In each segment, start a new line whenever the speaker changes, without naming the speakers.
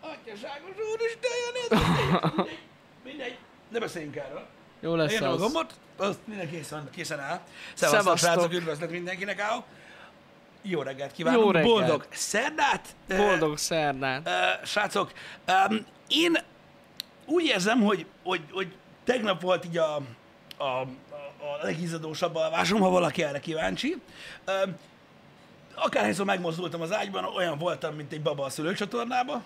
atyaságos úristen, Jani, ez mindegy. mindegy. Ne beszéljünk erről.
Jó lesz
Én a
az.
gombot, azt minden készen, készen áll. Szevasztok,
Szevasztok.
srácok, üdvözlet mindenkinek, áll. Jó reggelt kívánok.
Jó reggelt.
Boldog szerdát. eh, Ö,
Boldog szerdán.
Ö, srácok, öm, én úgy érzem, hogy, hogy, hogy tegnap volt így a, a, a, a legizzadósabb alvásom, ha valaki erre kíváncsi. Öm, Akárhányszor megmozdultam az ágyban, olyan voltam, mint egy baba a szülőcsatornába.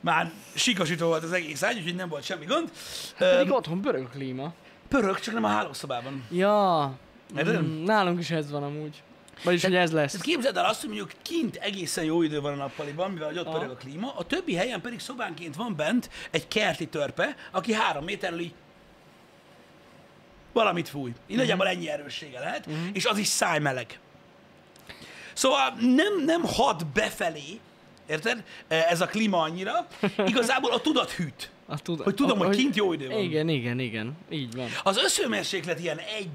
Már sikasító volt az egész ágy, úgyhogy nem volt semmi gond.
Hát Pedig
Öm,
otthon pörög a klíma.
Pörög, csak nem a hálószobában.
Ja.
Érted?
Mm, nálunk is ez van amúgy. Vagyis, hogy ez lesz.
Tehát hát képzeld el azt, hogy mondjuk kint egészen jó idő van a nappaliban, mivel hogy ott
Aha.
pörög a klíma, a többi helyen pedig szobánként van bent egy kerti törpe, aki három méterről így valamit fúj. Így
Mhm.
nagyjából ennyi erőssége lehet, és az is szájmeleg. Szóval nem, nem hat befelé, érted? Eh, Ez a klíma annyira. Igazából a tudat hűt.
A tud-
Hogy tudom, hogy kint jó idő van.
Igen, igen, igen. Így van.
Az összőmérséklet ilyen egy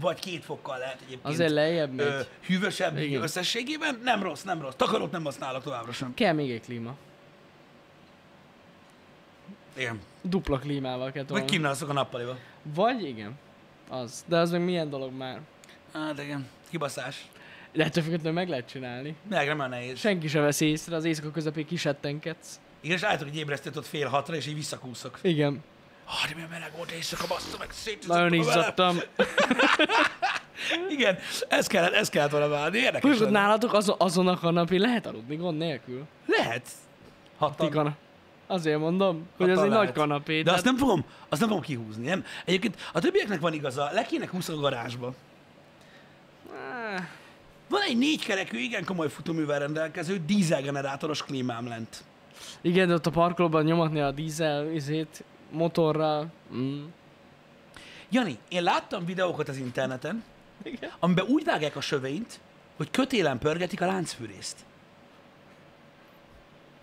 vagy két fokkal lehet egyébként.
Azért lejjebb megy.
ö, hűvösebb
Igen.
összességében. Nem rossz, nem rossz. Takarót nem használok továbbra sem.
Kell még egy klíma.
Igen.
Dupla klímával kell
Vagy
tolni.
kimnálszok a nappaliba.
Vagy igen. Az. De az meg milyen dolog már.
Hát igen, kibaszás.
De ettől függetlenül meg lehet csinálni.
Meg nem olyan nehéz.
Senki sem veszi észre, az éjszaka közepén kisettenkedsz.
Igen, és álltok, hogy ébresztett ott fél hatra, és így visszakúszok.
Igen.
Ah, de milyen meleg volt éjszaka, bassza meg, szétütöttem
Nagyon
a velem.
izzadtam.
Igen, ez kellett, ez kellett volna válni. Érdekes.
Hogy
lenne.
nálatok azon, azon a kanapén lehet aludni gond nélkül.
Lehet. Hatan.
Tikana. Azért mondom, hogy
Hatan
ez egy
lehet.
nagy kanapé.
De azt nem fogom, azt nem fogom kihúzni, nem? Egyébként a többieknek van igaza, le kéne húzni a garázsba.
Ah,
Van egy négykerekű, igen komoly futóművel rendelkező dízelgenerátoros klímám lent.
Igen, de ott a parkolóban nyomatni a dízel izét, motorral. Mm.
Jani, én láttam videókat az interneten,
Igen.
amiben úgy vágják a sövényt, hogy kötélen pörgetik a láncfűrészt.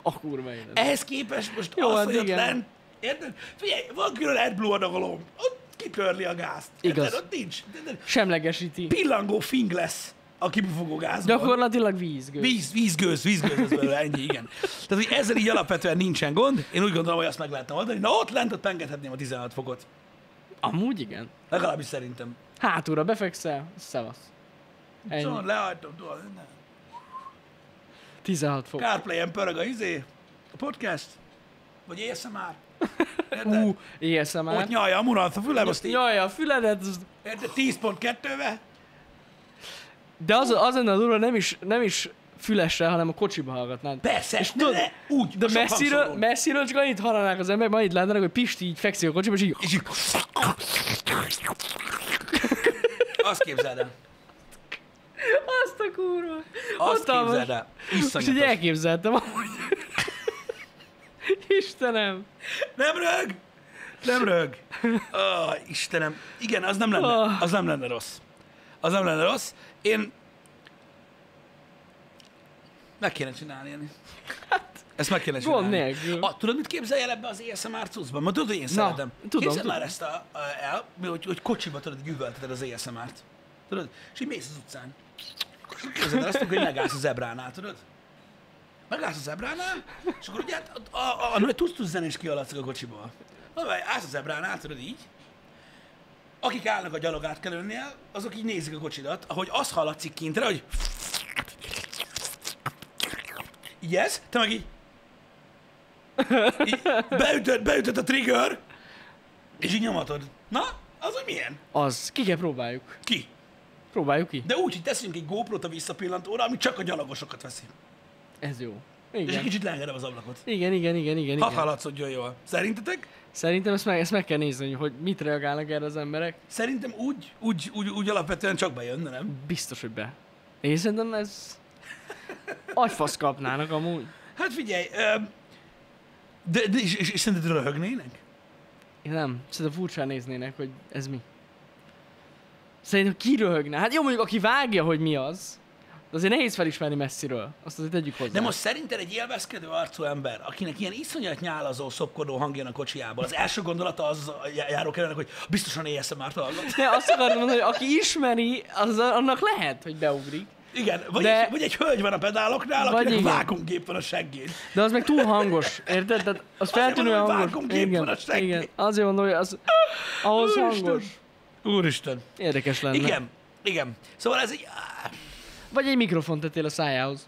A kurva élet.
Ehhez képest most Jó,
Jó,
az,
hát
hogy ott
igen.
lent, érted? Figyelj, van külön AdBlue adagolom, ott kitörli a gázt.
Igaz.
Érted? Ott nincs. Érted?
Semlegesíti.
Pillangó fing lesz a kibufogó gázban.
Gyakorlatilag vízgő.
Víz, vízgőz, vízgőz ez belőle, ennyi, igen. Tehát, hogy ezzel így alapvetően nincsen gond. Én úgy gondolom, hogy azt meg lehetne oldani. Na ott lent, ott pengedhetném a 16 fokot.
Amúgy igen.
Legalábbis szerintem.
Hátulra befekszel, szevasz. Ennyi.
Szóval lehajtom, tudod, minden.
16 fok.
Carplay-en pörög a izé, a podcast, vagy ASMR. Érted?
Ú, ASMR.
Ott nyalja a murat a fülem, azt így,
Jaj, a füledet, az-
érted, 10.2-vel.
de az, az lenne a durva, nem is, nem is fülesre, hanem a kocsiba hallgatnád.
Persze, és
tudod,
ne, úgy,
de
a sok
messziről,
hangszórón.
messziről csak annyit hallanák az emberek, majd itt látnának, hogy Pisti így fekszik a kocsiba, és így...
És így... Azt képzeld el.
Azt a kurva!
Azt
Ott alvas.
képzeld el.
És így
Iszonyatos.
elképzeltem, amúgy. Istenem!
Nem rög! Nem rög! Oh, Istenem. Igen, az nem lenne,
Ah.
az nem lenne rossz. Az nem lenne rossz. Én... Meg kéne csinálni, Jani. Ezt meg kéne
Hát, Gond
csinálni.
nélkül.
A, tudod, mit képzelj el ebbe az ASMR cuccba? Ma tudod, hogy én szeretem.
tudom,
Képzeld
tudom.
már ezt a, a, el, mi, hogy, hogy kocsiba tudod, gyűvölteted az ASMR-t. Tudod? És így mész az utcán. Képzeld el azt, hogy megállsz a zebránál, tudod? Megállsz a zebránál, és akkor ugye hát a, a, a, a tudsz zenés kialadszik a kocsiból. Na, vagy állsz a zebránál, tudod így, akik állnak a gyalog átkelőnél, azok így nézik a kocsidat, ahogy az hallatszik kintre, hogy így ez, te meg így, így beütött, beütött a trigger, és így nyomatod. Na, az úgy milyen?
Az. Ki kell próbáljuk.
Ki?
Próbáljuk ki.
De úgy, hogy teszünk egy GoPro-t a visszapillantóra, ami csak a gyalogosokat veszi.
Ez jó.
És egy
Igen.
kicsit leengedem az ablakot.
Igen, igen, igen, igen,
Hat
igen.
hallatszodjon jól. Szerintetek?
Szerintem ezt meg, ezt meg kell nézni, hogy- hogy mit reagálnak erre az emberek.
Szerintem úgy, úgy, úgy, úgy alapvetően csak bejönne, nem?
Biztos, hogy be. Én szerintem ez... Agyfasz kapnának amúgy.
Hát figyelj, öm, de, de és, és, és szerinted röhögnének?
Én nem. Szerintem furcsán néznének, hogy ez mi. Szerintem ki röhögne? Hát jó, mondjuk aki vágja, hogy mi az. De azért nehéz felismerni messziről. Azt azért tegyük hozzá.
De most szerinted egy élvezkedő arcú ember, akinek ilyen iszonyat nyálazó, szopkodó hang jön a kocsijába, az első gondolata az a já- járók előnek, hogy biztosan ASMR-t hallgat.
Ne, azt akartam mondani, hogy aki ismeri, az annak lehet, hogy beugrik.
Igen, vagy,
De-
de... egy, vagy egy hölgy van a pedáloknál,
Vagy
akinek
igen.
vákumgép van a seggén.
De az meg túl hangos, érted? Tehát az feltűnően
mondom, hogy
hangos.
vákumgép van
Igen,
a seggén.
igen. Azért mondom, hogy az ahhoz hangos.
Úristen.
Érdekes lenne.
Igen, igen. Szóval ez egy...
Vagy egy mikrofont tettél a szájához.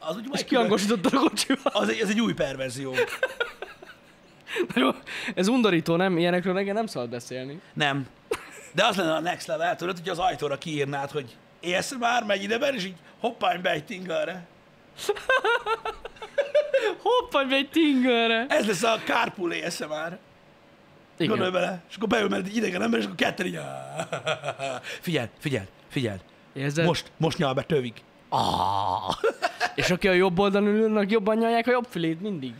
Az úgy
És
majd kiderül.
kihangosítottad a kocsival.
az egy, az egy új perverzió.
Ez undorító, nem? Ilyenekről nekem nem szabad beszélni.
Nem. De az lenne a next level, tudod, hogy az ajtóra kiírnád, hogy élsz már, megy ide ben, és így hoppány be egy tingerre.
Hoppany be egy tingerre.
Ez lesz a carpool élsz már. Gondolj
Igen.
bele. És akkor beül mellett egy idegen ember, és akkor ketten így... Figyeld, figyeld, figyeld.
Érzed? Most.
Most, most nyal be tövig. Ah.
És aki a jobb oldalon ül, annak jobban nyalják a jobb fülét mindig.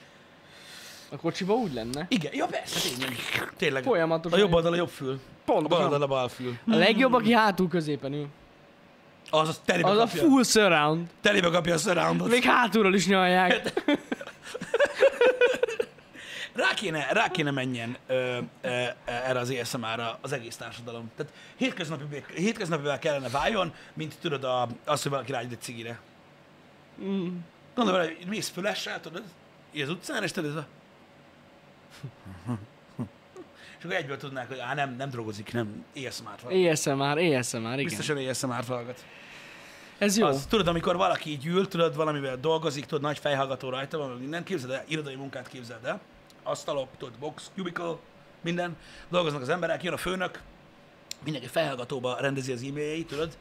A kocsiba úgy lenne.
Igen, ja persze, tényleg. Tényleg.
Folyamatosan.
A jobb oldal a jobb fül. A bal oldal a bal fül.
A legjobb, aki hátul középen ül.
Az, az telébe
Az a
kapja.
full surround.
Telébe kapja a surroundot.
Még hátulról is nyalják.
Rá kéne, rá kéne menjen ö, ö, ö, erre az ASMR-ra az egész társadalom. Tehát hétköznapi, hétköznapivá kellene váljon, mint tudod, a, az, hogy valaki rágy egy cigire. Mm.
Mm.
Gondolom, hogy mész fülessel, tudod, így az utcán, és tudod, ez a... És akkor egyből tudnák, hogy á, nem, nem drogozik, nem ASMR-t hallgat.
Éjjelszem már, éjjelszem már, igen.
Biztosan ASMR-t hallgat.
Ez jó.
Az, tudod, amikor valaki így ül, tudod, valamivel dolgozik, tudod, nagy fejhallgató rajta van, meg minden, képzeld el, irodai munkát képzeld el, asztalok, tudod, box, cubicle, minden, dolgoznak az emberek, jön a főnök, mindenki fejhallgatóba rendezi az e-mailjeit, tudod,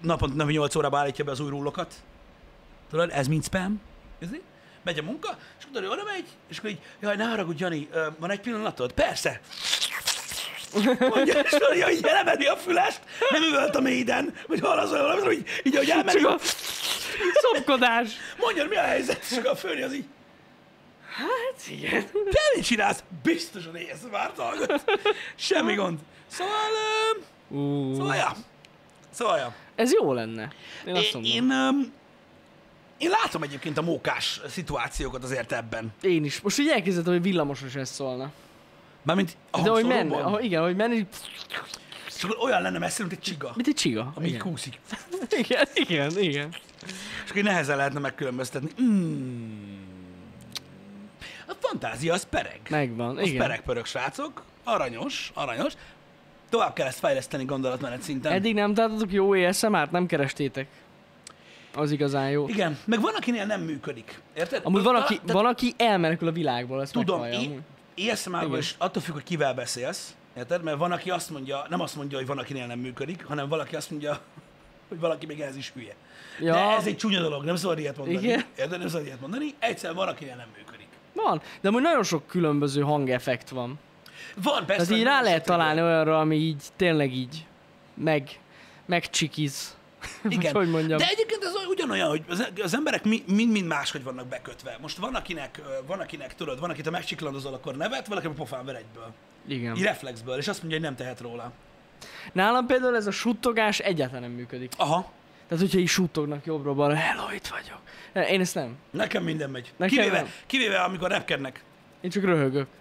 naponta napi 8 órába állítja be az új rullokat, tudod, ez mind spam, Érzi? megy a munka, és akkor tudod, oda megy, és akkor így, jaj, ne haragudj, Jani, ö, van egy pillanatod? Persze! Mondja, és mondja, így elemeli a fülest, nem üvölt a mélyden, vagy hol az olyan, hanem így, így, ahogy elmegy,
Csak a szopkodás.
Mondjon, mi a helyzet? És akkor a főni az így,
Hát igen.
te mit csinálsz? Biztosan éjsz már hallgat. Semmi gond. Szóval, ö,
Ú,
szóval, ja. Szóval, ja.
ez jó lenne. Én azt
Én,
mondom.
én, öm, én látom egyébként a mókás szituációkat azért ebben.
Én is. Most így elképzeltem, hogy villamosos ez szólna.
Mármint a
De hogy
hangszóróban.
menne, ahogy, igen, hogy menne, így-
És akkor olyan lenne messze, mint egy csiga,
mint egy csiga.
ami így
igen.
kúszik.
igen, igen, igen.
És akkor így nehezen lehetne megkülönböztetni. Mm. A fantázia az pereg.
Megvan,
Az
igen.
pereg-pörög, srácok. Aranyos, aranyos. Tovább kell ezt fejleszteni gondolatmenet szinten.
Eddig nem találtatok jó ASMR-t, nem kerestétek. Az igazán jó.
Igen, meg van, akinél nem működik. Érted?
Amúgy van, aki,
Tehát
van, aki elmenekül a világból, ezt
Tudom,
meghallja
é-
amúgy.
élsz már,
Igen.
és attól függ, hogy kivel beszélsz. Érted? Mert van, aki azt mondja, nem azt mondja, hogy van, akinél nem működik, hanem valaki azt mondja, hogy valaki még ez is hülye.
Ja.
Ja. De ez egy csúnya dolog, nem szabad ilyet mondani.
Igen.
Igen. Érted? Nem szabad ilyet mondani. Egyszer van, akinél nem működik.
Van, de amúgy nagyon sok különböző hangeffekt van.
Van, persze.
Tehát így
hogy
rá
nagyon
lehet
sok
találni olyanra, ami így tényleg így meg, megcsikiz.
Igen.
hogy mondjam.
De egyébként ez ugyanolyan, hogy az, az emberek mi- mind-mind máshogy vannak bekötve. Most van akinek, ö, van akinek, tudod, van akit, ha megcsiklandozol, akkor nevet, valaki a pofán ver egyből.
Igen.
Így reflexből, és azt mondja, hogy nem tehet róla.
Nálam például ez a suttogás egyáltalán nem működik.
Aha.
Tehát, hogyha így suttognak jobbra balra, hello, itt vagyok. Én ezt nem.
Nekem minden megy.
Nekem
kivéve,
nem.
kivéve, amikor repkednek.
Én csak röhögök.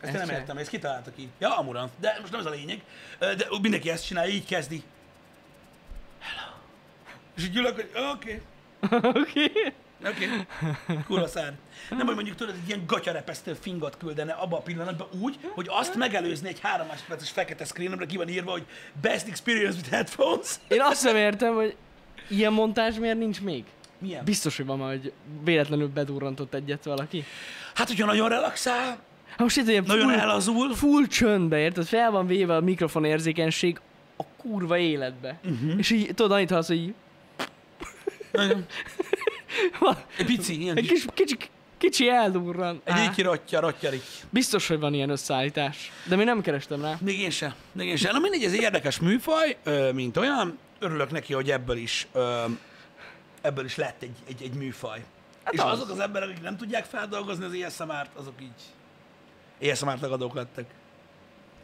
Ezt
Ezt
én nem
se.
értem, ezt kitalálta ki. Ja, amura. De most nem ez a lényeg. Ö, De mindenki ezt csinálja, így kezdi. Hello. És így ülök, hogy oké,
Oké. Okay.
oké, kurva szár. Nem, hogy mondjuk tudod, egy ilyen gatyarepesztő fingot küldene abba a pillanatban úgy, hogy azt megelőzni egy három másodperces fekete screen, amire ki van írva, hogy best experience with headphones.
Én azt nem értem, hogy ilyen montás miért nincs még.
Milyen?
Biztos, hogy van már, hogy véletlenül bedurrantott egyet valaki.
Hát, hogyha nagyon relaxál,
Hát most itt ilyen
nagyon
full,
elazul,
full csöndbe, érted? Fel van véve a mikrofon érzékenység a kurva életbe.
Hm?
Uh-huh. És így, tudod, annyit hallasz, hogy így...
Nagyon.
Van-
egy pici, ilyen
Egy
kis,
kis, kicsi, kicsi eldurran.
egy így kirottya, rottyarik.
Biztos, hogy van ilyen összeállítás. De még nem kerestem rá.
Még én sem. Még én sem. Na mindegy, ez egy érdekes műfaj, ö, mint olyan. Örülök neki, hogy ebből is, ö, ebből is lett egy, egy, egy műfaj. Hát És
az.
az. azok az emberek, akik nem tudják feldolgozni az ASMR-t, azok így ASMR tagadók lettek.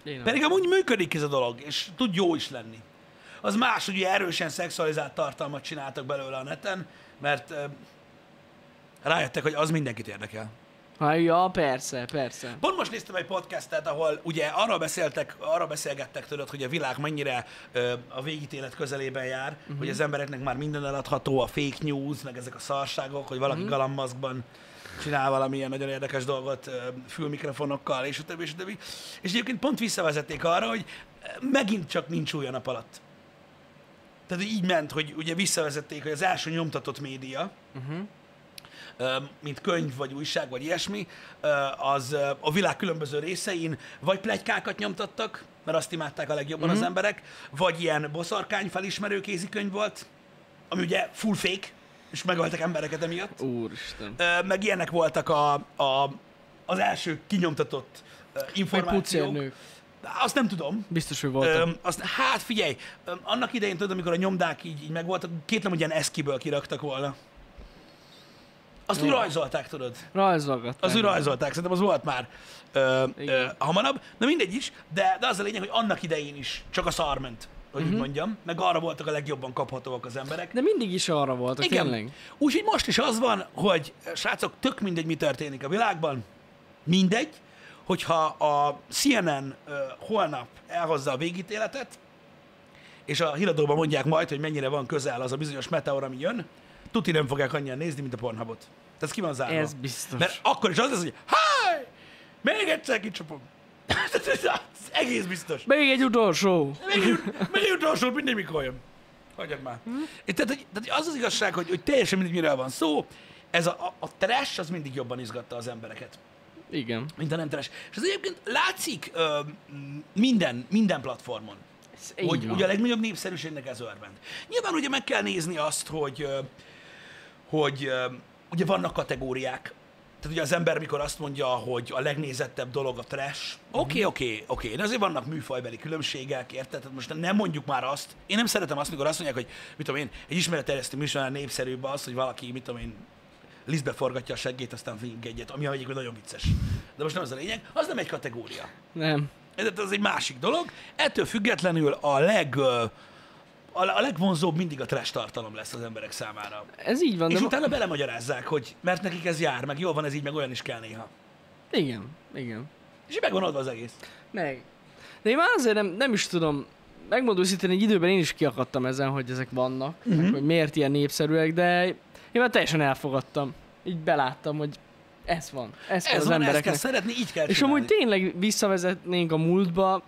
Én nem.
Pedig amúgy működik ez a dolog, és tud jó is lenni. Az más, hogy ilyen erősen szexualizált tartalmat csináltak belőle a neten, mert ö, rájöttek, hogy az mindenkit érdekel.
Ha, ja, persze, persze.
Pont most néztem egy podcastet, ahol ugye arra beszéltek, arra beszélgettek tőled, hogy a világ mennyire ö, a végítélet közelében jár, uh-huh. hogy az embereknek már minden eladható, a fake news, meg ezek a szarságok, hogy valaki uh-huh. galambaszkban csinál valamilyen nagyon érdekes dolgot ö, fülmikrofonokkal, és a többi, és a többi. És egyébként pont visszavezették arra, hogy ö, megint csak nincs új a nap alatt. Tehát hogy így ment, hogy ugye visszavezették, hogy az első nyomtatott média, ö, mint könyv, vagy újság, vagy ilyesmi, ö, az ö, a világ különböző részein vagy plegykákat nyomtattak, mert azt imádták a legjobban mm-hmm. az emberek, vagy ilyen boszorkány felismerő kézikönyv volt, ami ugye full fake, és megöltek embereket emiatt.
Úristen.
Ö, meg ilyenek voltak a, a, az első kinyomtatott ö, információk.
pucérnők.
Azt nem tudom.
Biztos, hogy voltam.
Öm, azt, hát figyelj, öm, annak idején tudod, amikor a nyomdák így, így megvoltak, kétlem, hogy ilyen eszkiből kiraktak volna. Azt úgy rajzolták, tudod.
Rajzolgattam.
Az úgy rajzolták, szerintem az volt már ö, ö,
Igen.
hamarabb. Na mindegy is, de, de az a lényeg, hogy annak idején is csak a szar ment, hogy uh-huh. úgy mondjam. Meg arra voltak a legjobban kaphatóak az emberek.
De mindig is arra voltak,
Igen.
tényleg.
Úgyhogy most is az van, hogy srácok, tök mindegy, mi történik a világban, mindegy, hogyha a CNN ö, holnap elhozza a végítéletet, és a híradóban mondják majd, hogy mennyire van közel az a bizonyos meteor, ami jön, tuti nem fogják annyian nézni, mint a Pornhubot. Tehát ez ki van zárva.
Ez biztos.
Mert akkor is az lesz, hogy háj, még egyszer kicsapom. Tehát ez az egész biztos.
Még egy utolsó.
Mennyi utolsó, mindig mikor jön. Hagyjad már. És Tehát, hogy, tehát az az igazság, hogy, hogy teljesen mindegy, miről van szó, ez a, a, a trash az mindig jobban izgatta az embereket,
Igen.
mint a nem trash. És ez egyébként látszik ö, m- minden, minden platformon,
Ez
Így
így
hogy
van.
ugye a legnagyobb népszerűségnek ez örvend. Nyilván ugye meg kell nézni azt, hogy, ö, hogy ö, ugye vannak kategóriák, tehát ugye az ember, mikor azt mondja, hogy a legnézettebb dolog a trash,
Mhm.
oké, oké, oké, de azért vannak műfajbeli különbségek, érted? Tehát most nem mondjuk már azt, én nem szeretem azt, mikor azt mondják, hogy mit tudom én, egy ismeretterjesztő műsornál népszerűbb az, hogy valaki, mit tudom én, lisztbe forgatja a seggét, aztán fink egyet, ami egyébként nagyon vicces. De most nem az a lényeg, az nem egy kategória.
Nem.
Ez az egy másik dolog. Ettől függetlenül a leg ö, a a legvonzóbb mindig a trash tartalom lesz az emberek számára.
Ez így van,
És
de...
utána belemagyarázzák, hogy mert nekik ez jár, meg jól van ez így, meg olyan is kell néha.
Igen, igen.
És így megvan adva az egész.
Meg. De én már azért nem, nem is tudom, megmondom őszintén, egy időben én is kiakadtam ezen, hogy ezek vannak, uh-huh.
Mhm.
meg, hogy miért ilyen népszerűek, de én már teljesen elfogadtam. Így beláttam, hogy ez van. Ez,
Ez az
az
van, ezt kell
embereknek.
szeretni, így kell
És
csinálni.
amúgy tényleg visszavezetnénk a múltba,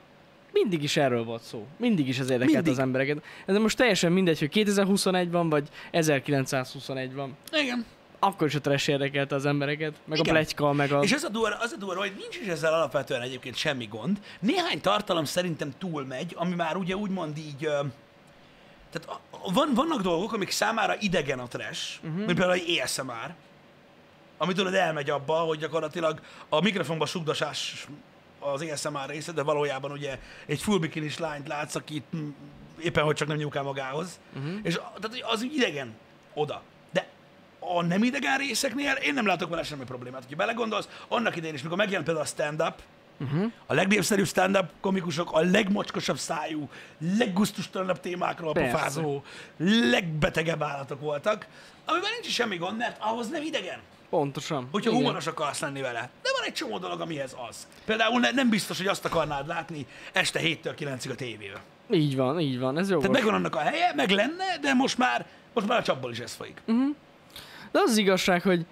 mindig is erről volt szó. Mindig is ez érdekelt
Mindig.
az embereket. Ez most teljesen mindegy, hogy 2021 van, vagy 1921 van.
Igen.
Akkor is a trash érdekelte az embereket, meg
Igen.
a pletyka, meg a...
És ez a durva, az a durva, hogy nincs is ezzel alapvetően egyébként semmi gond. Néhány tartalom szerintem túlmegy, ami már ugye úgymond így... ö, Tehát a- a- van, vannak dolgok, amik számára idegen a trash,
Mhm.
uh-huh. mint például egy ASMR, ami tudod elmegy abba, hogy gyakorlatilag a mikrofonba sugdosás az ASMR része, de valójában ugye egy full bikinis lányt látsz, aki itt, mm, éppen hogy csak nem nyúkál magához. Uh-huh. És a- tehát hogy az úgy idegen oda. De a nem idegen részeknél én nem látok vele semmi problémát. Ha belegondolsz, annak idején is, mikor megjelent például a stand-up, uh-huh. a legnépszerűbb stand-up komikusok, a legmocskosabb szájú, leggusztustalanabb témákról
Persze.
pofázó, legbetegebb állatok voltak, amivel nincs is semmi gond, mert ahhoz nem idegen
Pontosan.
hogyha
Igen.
humoros akarsz lenni vele. De van egy csomó dolog, amihez az. Például ne, nem biztos, hogy azt akarnád látni este 7-től 9-ig a tévébe.
Így van, így van, ez jó.
Tehát megvan annak a helye, meg lenne, de most már, most már a csapból is ez folyik.
De az, az igazság, hogy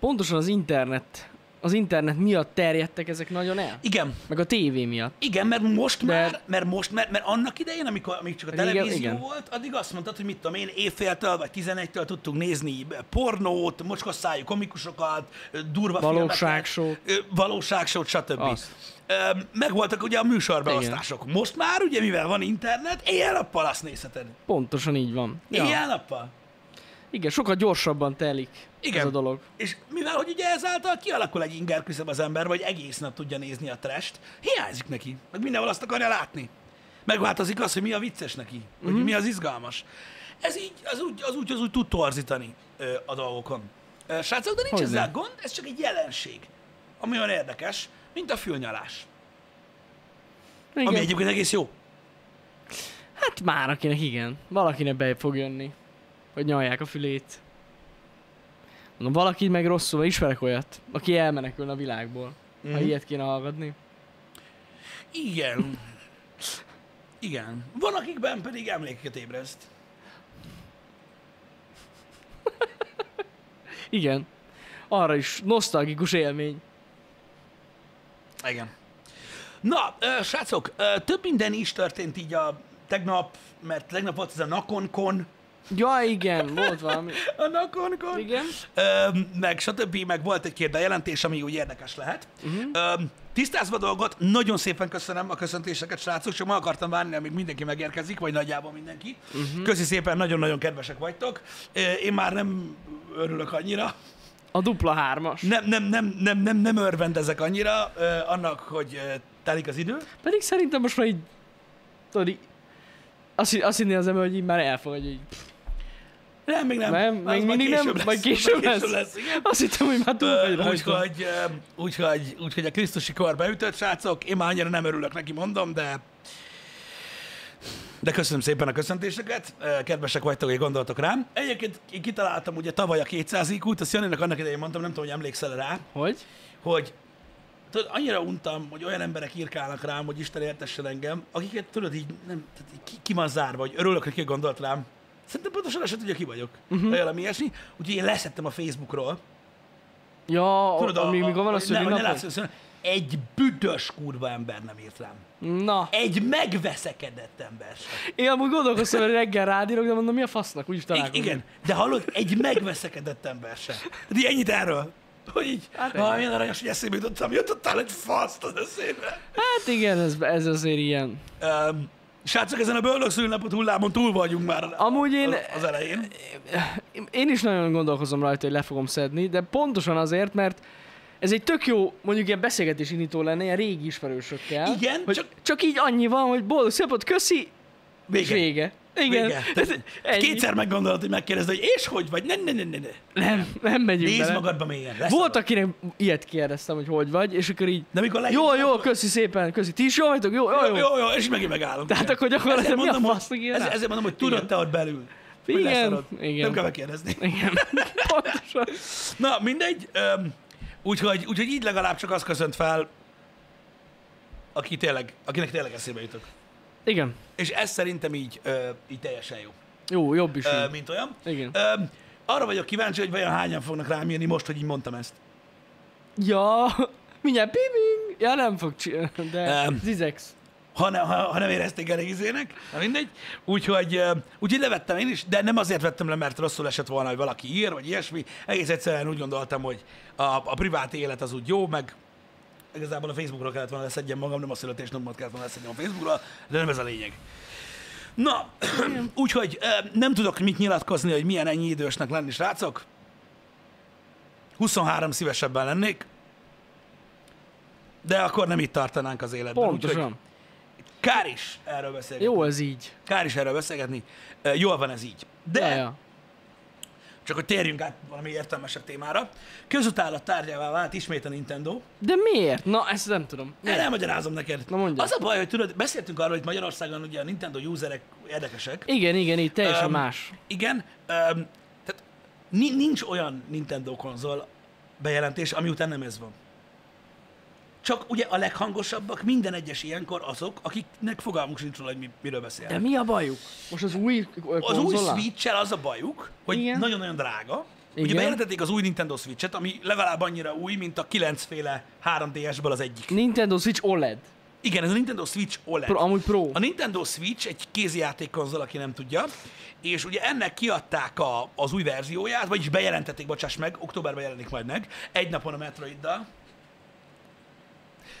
pontosan az internet, az internet miatt terjedtek ezek nagyon el.
Igen,
Meg a tévé miatt.
igen, mert most
De-
már, mert most, mert, mert annak idején, amikor még csak a
Igen,
televízió
igen.
volt, addig azt mondtad, hogy mit tudom én, éjféltől vagy 11-től tudtunk nézni pornót, mocskosszájú komikusokat, durva
Valóságsót.
filmeket, ö, valóságsót, stb.
Azt.
Ö, Meg voltak ugye a műsorbeosztások. Most már ugye, mivel van internet, éjjel-nappal azt nézheted.
Pontosan így van.
Ja. Éjjel-nappal.
Igen, sokkal gyorsabban telik
Igen.
ez a dolog.
És mivel, hogy ugye ezáltal kialakul egy inger küszöb az ember, vagy egész nap tudja nézni a trest, hiányzik neki. Meg mindenhol azt akarja látni. Megváltozik az, hogy mi a vicces neki, vagy
Mhm.
mi az izgalmas. Ez így, az úgy, az úgy, az úgy tud torzítani ö, a dolgokon. Ö, srácok, de nincs
Hogyne.
ezzel gond, ez csak egy jelenség, ami olyan érdekes, mint a fülnyalás.
Igen.
Ami egyébként egész jó.
Hát már akinek igen. Valakinek be fog jönni, hogy nyalják a fülét. Valaki meg rosszul, mert ismerek olyat, aki elmenekülne a világból, mm. ha
Mhm.
ilyet kéne hallgatni.
Igen. Igen. Van, akikben pedig emlékeket ébreszt.
Igen. Arra is nosztalgikus élmény.
Igen. Na, ö, srácok, ö, több minden is történt így a tegnap, mert tegnap volt ez a Nakonkon,
Ja, igen, volt valami.
a Nakonkon,
Igen.
Ö, meg stb., meg volt egy-két bejelentés, ami úgy érdekes lehet. Uh-huh. Ö, tisztázva a dolgot, nagyon szépen köszönöm a köszöntéseket, srácok, csak ma akartam várni, amíg mindenki megérkezik, vagy nagyjából mindenki. Uh-huh. Köszi szépen, nagyon-nagyon kedvesek vagytok. Ö, én már nem örülök annyira.
A dupla hármas.
Nem, nem, nem, nem, nem, nem örvendezek annyira ö, annak, hogy ö, telik az idő.
Pedig szerintem most már így... Tudod, így azt, hi- azt hinné az ember, hogy így már elfogadja, hogy így...
Nem, még nem.
Nem, még
Az majd
mindig nem,
később lesz.
majd később lesz.
igen.
Azt hittem, hogy már túl vagy
Ö,
rajta.
Úgyhogy, ö, úgyhogy, úgyhogy a Krisztusi kor beütött, srácok. Én már annyira nem örülök neki, mondom, de... De köszönöm szépen a köszöntéseket, Ö, kedvesek vagytok, hogy gondoltok rám. Egyébként én kitaláltam ugye tavaly a 200 IQ-t, azt Janinak annak idején mondtam, nem tudom, hogy emlékszel rá,
Hogy?
hogy tudod, annyira untam, hogy olyan emberek írkálnak rám, hogy Isten értessen engem, akiket tudod így, nem, tehát így ki, ki van zárva, hogy örülök, hogy ki gondolt rám. Szerintem pontosan se tudja, ki vagyok. Uh-huh.
Mhm.
Vagy valami ilyesmi. Úgyhogy én leszettem a Facebookról.
Ja,
Tudod, a,
amíg
a,
mikor van a
hogy ne- hogy ne
szülinapod?
látszódjon a szülőnap. Egy büdös kurva ember nem írt rám.
Na,
Egy megveszekedett ember sem.
én amúgy gondolkoztam, hogy reggel rádírok, de mondom, mi a fasznak, úgyis
I-
találkozunk.
igen, de hallod, egy megveszekedett ember sem. Tehát így ennyit erről. Hogy így,
Hát
hát, ah, milyen aranyos, hogy eszébe jutottam, jutottál egy faszt az eszébe.
Hát igen, ez, ez azért ilyen.
Um, srácok, ezen a bőrlök szülnapot hullámon túl vagyunk már a-
Amúgy én-
az, az elején.
Én is nagyon gondolkozom rajta, hogy le fogom szedni, de pontosan azért, mert ez egy tök jó, mondjuk ilyen beszélgetés indító lenne, ilyen régi ismerősökkel.
Igen,
hogy csak...
csak-
csak így annyi van, hogy boldog szépot, köszi, és
Vége.
vége. Igen.
Vége.
Ez,
Tehát
ennyi.
Kétszer meggondolod, hogy megkérdezed, hogy és hogy vagy? Ne, ne, ne, ne, ne.
Nem, nem megyünk
Nézd
bele.
magadba mélyen. lesz
Volt, akinek ilyet kérdeztem, hogy hogy vagy, és akkor így,
De mikor legyen,
jó, jó, köszi szépen, köszi, ti is jó vagytok, jó, jó,
jó,
jó.
jó, jó, és megint megállunk.
Tehát
Igen.
akkor gyakorlatilag
Ezért
mi a
mondom,
fasznak
hogy,
ilyen?
ez, ezért mondom, hogy tudod te ott belül. hogy
Igen,
leszarod.
igen.
Nem kell megkérdezni.
Igen, pontosan.
Na, mindegy. Öm, úgyhogy, úgyhogy így legalább csak az köszönt fel, aki tényleg, akinek tényleg eszébe jutok.
Igen,
És ez szerintem így, ö, így teljesen jó,
jó, jobb is.
ö,
így.
mint olyan.
Igen.
Öm, arra vagyok kíváncsi, hogy vajon hányan fognak rám írni most, hogy így mondtam ezt.
Ja, mindjárt piming. Ja, nem fog csinálni, de
Em.
zizex.
ha, ne, ha, ha nem érezték elég izének, na mindegy. Úgyhogy, ö, úgyhogy levettem én is, de nem azért vettem le, mert rosszul esett volna, hogy valaki ír, vagy ilyesmi. Egész egyszerűen úgy gondoltam, hogy a, a privát élet az úgy jó, meg igazából a Facebookra kellett volna leszedjem magam, nem a születésnapomat kellett volna leszedjem a Facebookra, de nem ez a lényeg. Na, úgyhogy ö, nem tudok mit nyilatkozni, hogy milyen ennyi idősnek lenni, srácok. 23 szívesebben lennék, de akkor nem itt tartanánk az életben. Úgyhogy,
Pontosan.
Kár is erről beszélgetni. Jó.
Jó ez így.
Kár is erről beszélgetni. Ö, Jól van ez így. De
Ja, ja.
csak hogy térjünk át valami értelmesebb témára. Közutálat tárgyává vált ismét a Nintendo.
De miért? Na, ezt nem tudom.
El
Miért?
elmagyarázom neked.
Na, mondjad.
Az a baj, hogy tudod, beszéltünk arról, hogy Magyarországon ugye a Nintendo userek érdekesek.
Igen, igen, így teljesen
Em.
más.
Igen, öm, tehát ni- nincs olyan Nintendo konzol bejelentés, ami után nem ez van. Csak ugye a leghangosabbak minden egyes ilyenkor azok, akiknek fogalmuk sincs róla, hogy mi, miről beszél.
De mi a bajuk? Most az új
Az új
konzolán?
Switch-el az a bajuk, hogy
Igen.
nagyon-nagyon drága. Ugye
Igen.
bejelentették az új Nintendo Switch-et, ami legalább annyira új, mint a kilencféle 3DS-ből az egyik.
Nintendo Switch OLED.
Igen, ez a Nintendo Switch E OLED.
Pro, amúgy Pro.
Hát, A Nintendo Switch egy kézijátékkonzol, aki nem tudja, és ugye ennek kiadták a, az új verzióját, vagyis bejelentették, bocsáss meg, októberben jelenik majd meg, egy napon a Metroiddal.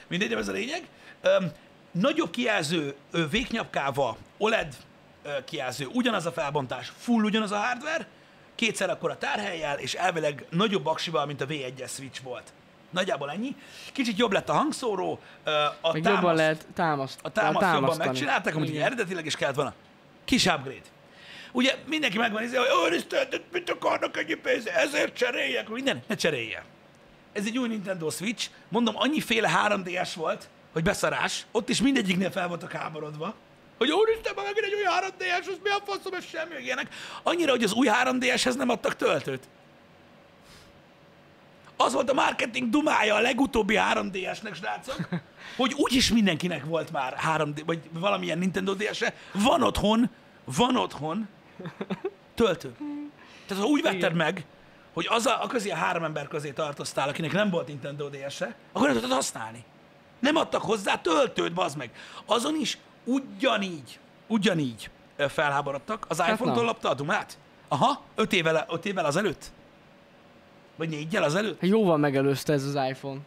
Mindegy, nem ez a lényeg. Öm, nagyobb kijelző, ö, véknyapkáva, OLED ö, kijelző, ugyanaz a felbontás, full ugyanaz a hardware, kétszer akkora tárhelyjel, és elvileg nagyobb aksival, mint a V1-es Switch volt. Nagyjából ennyi. Kicsit jobb lett a hangszóró, ö, a
Meg jobban
támaszt
lehet támaszt,
a támaszt jobban
támasztani.
megcsinálták, amit ugye
Igen.
eredetileg is kellett volna. Kis upgrade. Ugye mindenki megvan, izé, hogy Úristen, de mit akarnak ennyi pénz, ezért cseréljek, minden, ne cserélje. Ez egy új Nintendo Switch, mondom, annyiféle 3DS volt, hogy beszarás, ott is mindegyiknél fel voltak háborodva, hogy úristen, már megint egy új 3DS, az mi a faszom, ez semmi, meg ilyenek. Annyira, hogy az új 3DS-hez nem adtak töltőt. Az volt a marketing dumája a legutóbbi 3DS-nek, srácok, hogy úgyis mindenkinek volt már 3D, vagy valamilyen Nintendo DS-e. Van otthon, van otthon töltő. Tehát ha úgy vetted
Igen.
meg, hogy az a, a közé a három ember közé tartoztál, akinek nem volt Nintendo DS-e, akkor nem tudtad használni. Nem adtak hozzá töltőt, bazd meg. Azon is ugyanígy, ugyanígy ö, felháborodtak. Az iPhone-tól
Hát nem.
lapta a dumát? Aha, öt évvel, öt évvel azelőtt? Vagy négyel azelőtt?
Hát jóval megelőzte ez az iPhone.
Na,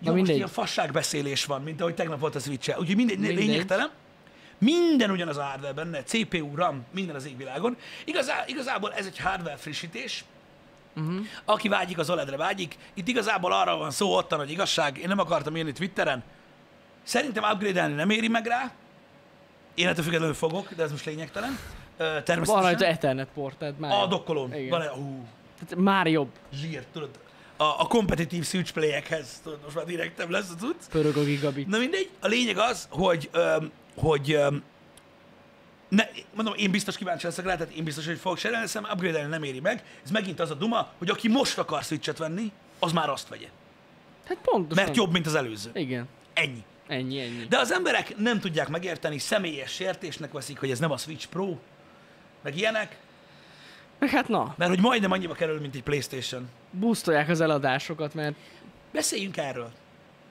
most
mindegy.
ilyen fasságbeszélés van, mint ahogy tegnap volt a switch Úgyhogy mindegy, mindegy.
Mindegy.
lényegtelen. Minden ugyanaz a hardware benne, CPU, RAM, minden az égvilágon. Igazá, igazából ez egy hardware frissítés.
Mhm.
Uh-huh. Aki vágyik, az OLED-re vágyik. Itt igazából arra van szó, ott a nagy igazság. Én nem akartam írni Twitteren. Szerintem upgrade-elni nem éri meg rá. Én ettől függetlenül fogok, de ez most lényegtelen. Ö,
Van rajta
Természetesen.
Ethernet port, tehát már,
A
jobb.
dokkolón.
Igen.
Van egy, hú,
tehát már jobb.
zsír, tudod. A, a kompetitív switch play-ekhez, tudod, most már direktem lesz, tudsz?
Pörög a gigabit.
Na mindegy, a lényeg az, hogy, öm, hogy öm, ne, mondom, én biztos kíváncsi leszek rá, tehát én biztos, hogy fogok serelni, szerintem upgrade nem éri meg. Ez megint az a duma, hogy aki most akar switchet venni, az már azt vegye.
Hát pontosan.
Mert jobb, mint az előző.
Igen.
Ennyi.
Ennyi, ennyi.
De az emberek nem tudják megérteni, személyes sértésnek veszik, hogy ez nem a Switch Pro, meg ilyenek,
Meg hát na,
mert hogy majdnem annyiba kerül, mint egy Playstation.
boostolják az eladásokat, mert
Beszéljünk erről.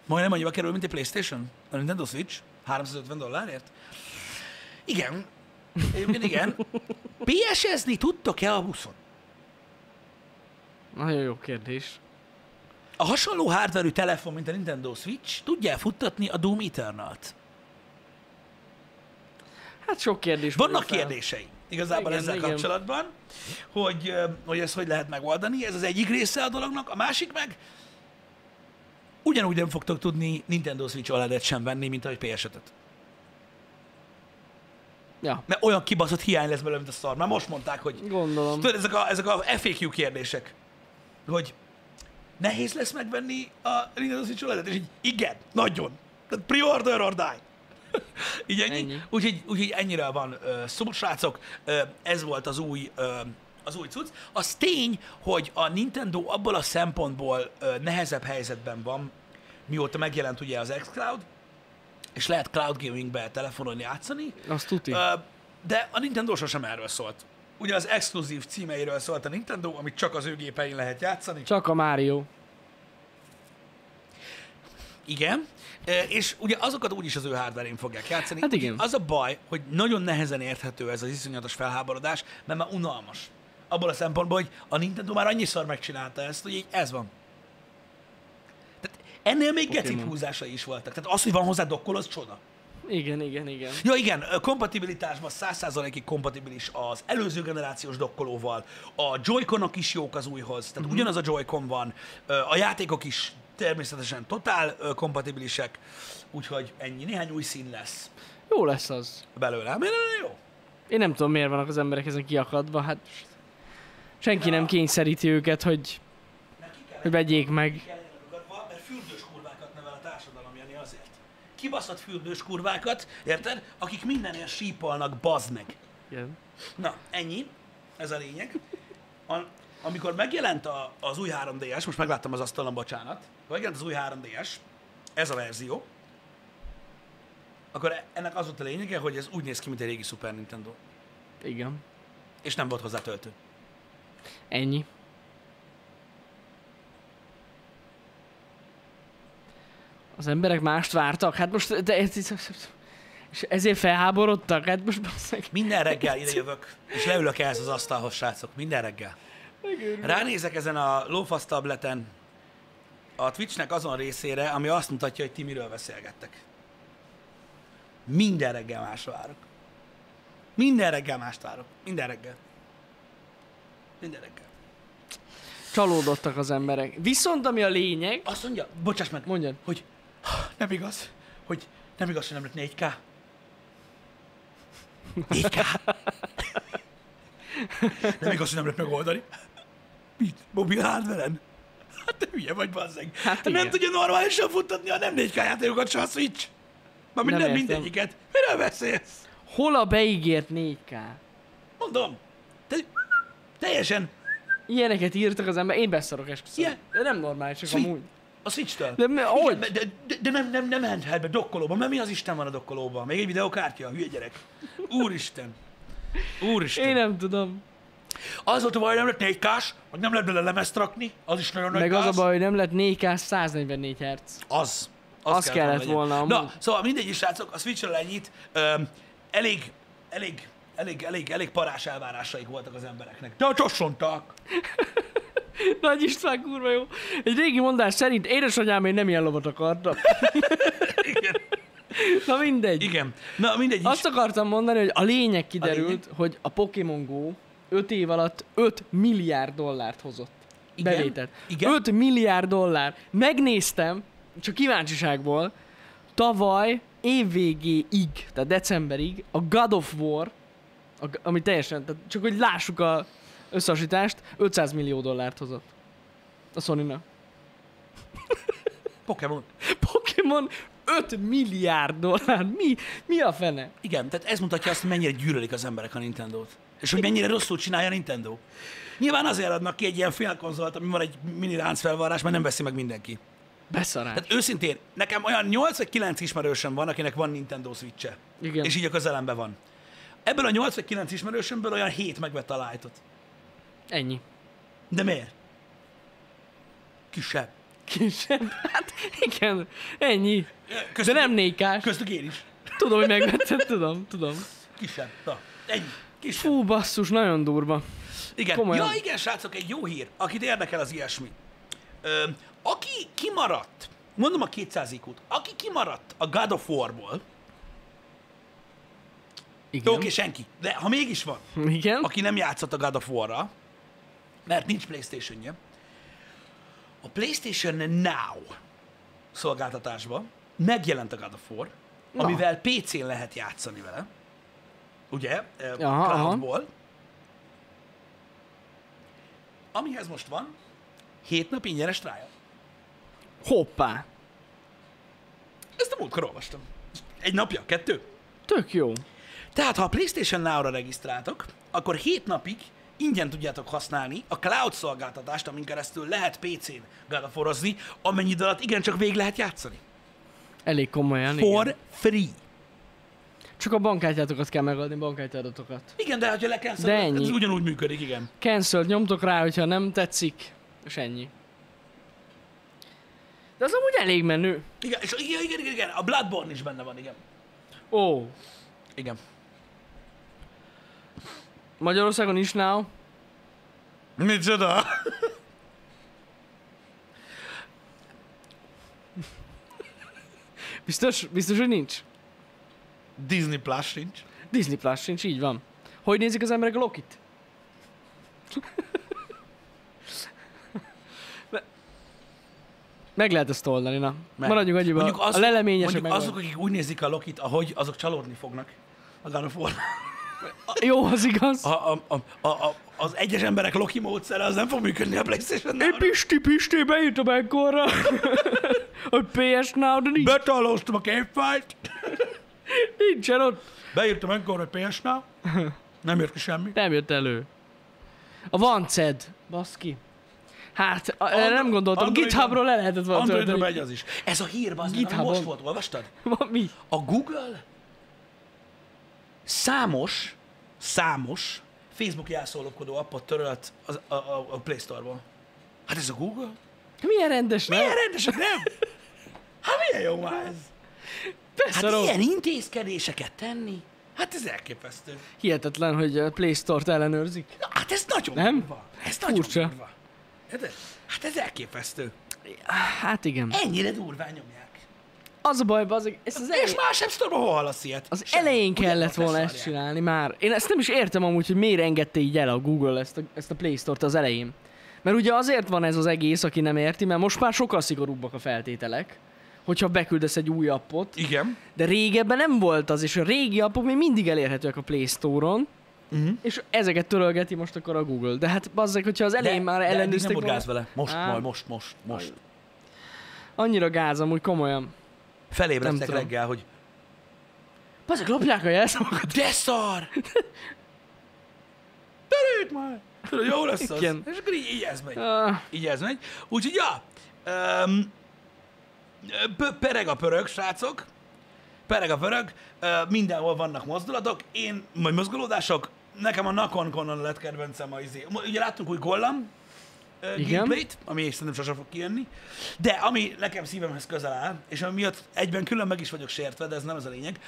Majdnem annyiba kerül, mint egy Playstation? A Nintendo Switch? 350 dollárért? Igen. Egyébként igen. PSS-ni tudtok-e a buszon?
nagyon jó kérdés.
A hasonló hardware telefon, mint a Nintendo Switch, tudja futtatni a Doom Eternal-t?
Hát sok kérdés.
Vannak
merül fel.
kérdései igazából igen,
Igen,
ezzel igen.
igen.
kapcsolatban, hogy, ö, hogy ezt hogy lehet megoldani. Ez az egyik része a dolognak, a másik meg ugyanúgy nem fogtok tudni Nintendo Switch OLED-et sem venni, mint ahogy PS5-öt.
Ja,
Mert olyan kibaszott hiány lesz belőle, mint a szar. Már most mondták, hogy
gondolom.
Tudod, ezek a, ezek a FAQ kérdések, hogy nehéz lesz megvenni a Nintendo Switch OLED-et, és így igen, nagyon. Tehát pre-order or die. így ennyi. ennyi.
Ennyi.
Úgyhogy, úgyhogy ennyire van ö, szó, srácok. Ö, ez volt az új, ö, az új cucc. Az tény, hogy a Nintendo abból a szempontból ö, nehezebb helyzetben van, mióta megjelent ugye az xCloud, és lehet cloud gamingbe telefonon játszani,
Azt tuti.
Ö, de a Nintendo sosem erről szólt. Ugye az exkluzív címeiről szólt a Nintendo, amit csak az ő gépein lehet játszani.
Csak a Mario.
Igen. Ö, És ugye azokat úgyis az ő hardware fogják játszani.
Hát igen.
Az a baj, hogy nagyon nehezen érthető ez az iszonyatos felháborodás, mert már unalmas. Abból a szempontból, hogy a Nintendo már annyiszor megcsinálta ezt, hogy így ez van. Tehát ennél még gecibb
Pokémon.
húzásai is voltak. Tehát az, hogy van hozzá dokkol, az csoda.
Igen, igen, igen.
Ja igen, ö, kompatibilitásban 100%-ig kompatibilis az előző generációs dokkolóval, a joy is jók az újhoz, tehát uh-huh. ugyanaz a joy van, ö, a játékok is természetesen totál ö, kompatibilisek, úgyhogy ennyi, néhány új szín lesz
Jó lesz az.
belőle. Ami nagyon jó.
Én nem tudom, miért vannak az emberek ezen kiakadva, hát senki nem kényszeríti őket, hogy,
Neki kell
hogy vegyék meg.
Kellenukat, mert fürdős kurvákat nevel a társadalom, Jani, azért. Kibaszott fürdős kurvákat, érted? Akik mindenért sípolnak, bazd meg.
Igen.
Na, ennyi. Ez a lényeg. A, amikor megjelent a, az új 3DS, most megláttam az asztalon, bocsánat, ha megjelent az új 3DS, ez a verzió, akkor e- ennek az volt a lényege, hogy ez úgy néz ki, mint egy régi Super Nintendo.
igen.
És nem volt hozzá töltő.
Ennyi. Az emberek mást vártak? Hát most... De, és ezért felháborodtak? Hát most basszeg.
Minden reggel ide jövök, és leülök ehhez az asztalhoz, srácok. Minden reggel. Mhm.
Hát
Ránézek ezen a lófasz tableten a Twitchnek azon részére, ami azt mutatja, hogy ti miről beszélgettek. Minden reggel másra várok. Minden reggel mást várok. Minden reggel. Minden reggel.
Csalódottak az emberek. Viszont ami a lényeg...
Azt mondja, bocsáss meg,
Mondjad.
hogy nem igaz, hogy nem igaz, hogy nem lett 4K. 4K. nem igaz, hogy nem lehet megoldani. Mit? Mobil hardveren? Hát te hülye vagy, bazzeg. Hát nem
igen.
tudja normálisan futtatni a nem 4K játékokat, se a Switch. Mármint nem,
Nem
nem
értem.
mindegyiket. Miről beszélsz?
Hol a beígért 4K?
Mondom, te, teljesen
ilyeneket írtak az ember, én beszarok esküszöm.
Ilyen-
De nem normális, csak
Sweet.
amúgy.
A Switch-től.
De mi- hogy?
Igen, de, de, de, nem, nem, nem handheldbe, dokkolóban. Mert mi az Isten van a dokkolóban? Még egy videokártya, hülye gyerek. Úristen. Úristen.
Én nem tudom.
Az volt a baj, hogy nem lett négykás, hogy nem lehet bele lemezt rakni, az is nagyon nagy
Meg az a
gáz.
baj, hogy nem lett 4K 144 Hz.
Az.
Az kellett
legyen.
volna amúgy.
Na, szóval mindegy is, srácok, a Switch-ről ennyit. Öm, elég, elég, elég, elég, elég parás elvárásaik voltak az embereknek. De hogy csontak!
Nagy István kurva jó. Egy régi mondás szerint édesanyám én nem ilyen lovat akartam.
Igen.
Na mindegy.
Igen. Na, mindegy is.
Azt akartam mondani, hogy a lényeg kiderült,
lényeg?
hogy a Pokémon Go 5 év alatt 5 milliárd dollárt hozott.
Igen?
Bevételt.
Igen?
5 milliárd dollár. Megnéztem, csak kíváncsiságból, tavaly évvégéig, tehát decemberig a God of War, a, ami teljesen, tehát csak hogy lássuk a összehasonlítást, 500 millió dollárt hozott. A sony
Pokémon.
Pokémon 5 milliárd dollár. Mi, mi a fene?
Igen, tehát ez mutatja azt, hogy mennyire gyűlölik az emberek a Nintendo-t. És hogy mennyire rosszul csinálja a Nintendo. Nyilván azért adnak ki egy ilyen félkonzolt, ami van egy mini ráncfelvarrás, mert nem veszi meg mindenki.
Beszarás.
Tehát őszintén, nekem olyan 8 vagy 9 ismerősöm van, akinek van Nintendo Switch-e.
Igen.
És így a közelemben van. Ebből a 8 vagy 9 ismerősömből olyan 7 megvette a light
Ennyi.
De miért? Kisebb.
Kisebb. Hát igen, ennyi. De
Köztük,
nem nékás.
köztük én is.
Tudom, hogy megvetted, tudom, tudom.
Kisebb. Na, ennyi. Kisebb.
Fú, basszus, nagyon durva.
Igen.
Komolyan.
Ja, igen, srácok, egy jó hír, akit érdekel az ilyesmi. Ö, aki kimaradt, mondom a 200 IQ-t, aki kimaradt a God of War-ból,
Igen.
jó, oké, senki, de ha mégis van,
Igen?
aki nem játszott a God of War-ra, mert nincs playstation a PlayStation Now szolgáltatásba megjelent a God of War, amivel PC-n lehet játszani vele, ugye, eh,
Aha, aha.
cloudból. Amihez most van, hét nap ingyenes trial.
Hoppá.
Ezt a múltkor olvastam. Egy napja, kettő.
Tök jó.
Tehát, ha a PlayStation Now-ra regisztráltok, akkor 7 napig ingyen tudjátok használni a cloud szolgáltatást, amin keresztül lehet PC-n gadaforozni, amennyi idő alatt igencsak végig lehet játszani.
Elég komolyan,
For
igen.
free.
Csak a bankkártyátokat kell megadni, bankkártyátokat.
Igen, de ha le kell
De ennyi.
ez ugyanúgy működik, igen.
Cancel, nyomtok rá, hogyha nem tetszik. És ennyi. De az amúgy elég menő.
Igen, és igen, igen, igen, igen, a Bloodborne is benne van, igen.
Ó,
Igen.
Magyarországon is now.
Mit csoda?
Biztos, biztos, hogy nincs.
Disney Plus nincs.
Disney Plus sincs, így van. Hogy nézik az emberek a Lokit? Me- Meg lehet ezt oldani, na.
Meg.
Maradjunk annyiba.
Mondjuk az-
a leleményesek
Mondjuk
meg
azok, akik úgy nézik a Lokit, ahogy, azok csalódni fognak a God of War.
Jó, az igaz.
A, a, a, a, a, az egyes emberek Loki módszere az nem fog működni a PlayStation
Én
Now-ra.
Pisti, Pisti, beírtam ekkorra. a PS Now, de nincs,
Betalóztam a képfájt,
nincsen ott.
beírtam ekkor a ps -nál. nem jött ki semmi.
Nem jött elő. A Vanced. Baszki. Hát, a, erre
Andro-
nem gondoltam.
Androidon-
GitHubról le lehetett volna
Androidra
tölteni.
megy az is. Ez a hír, az
GitHubon.
most volt, olvastad?
Mi?
A Google számos, számos Facebook jelszólókodó appot törölt az, a, a, a Play Store-ból. Hát ez a Google?
Milyen rendes,
Milyen
nem?
rendesek, nem? Hát milyen jó már ez? Hát
Beszarom.
ilyen intézkedéseket tenni? Hát ez elképesztő.
Hihetetlen, hogy a Play Store-t ellenőrzik.
Na, hát ez nagyon
Nem?
durva. Ez nagyon
Furcsa.
durva. Hát ez- Hát ez elképesztő.
Hát igen.
Ennyire durván nyomják.
Az a baj, az, ez az,
És
elej,
más App Store-ban hol hallasz ilyet?
az
Sehol.
elején
Ugye,
kellett
ott ne
volna ezt
szarják.
csinálni már. Én ezt nem is értem amúgy, hogy miért engedte így el a Google ezt a, ezt a Play Store-t az elején. Mert ugye azért van ez az egész, aki nem érti, mert most már sokkal szigorúbbak a feltételek, hogyha beküldesz egy új appot,
Igen.
de régebben nem volt az, és a régi appok még mindig elérhetőek a Play Store-on,
Mhm.
és ezeket törölgeti most akkor a Google. De hát bazzeg, hogyha az
De-
elején már
de eddig
ellenőriztek
nem
volna,
urgálsz vele. Most,
Á.
majd, most, most, most.
annyira gáz amúgy, komolyan. Nem
Felébredtek
tudom.
reggel, hogy
Bazzeg, lopják a jelszavakat.
de szar! Törőd már! Tudod, jó lesz az.
Igen.
És akkor így, így ez megy.
Ah,
Így ez megy. Úgyhogy, ja, um, pereg a pörög, srácok. Pereg a pörög. Ö, mindenhol vannak mozdulatok. Én, vagy mozgolódások, nekem a Nakon Konon lett kedvencem a izé. Mo- Ugye láttunk új Gollam ö,
Igen.
gameplayt, ami szerintem sosem fog kijönni. De ami nekem szívemhez közel áll, és ami miatt egyben külön meg is vagyok sértve, de ez nem ez a lényeg.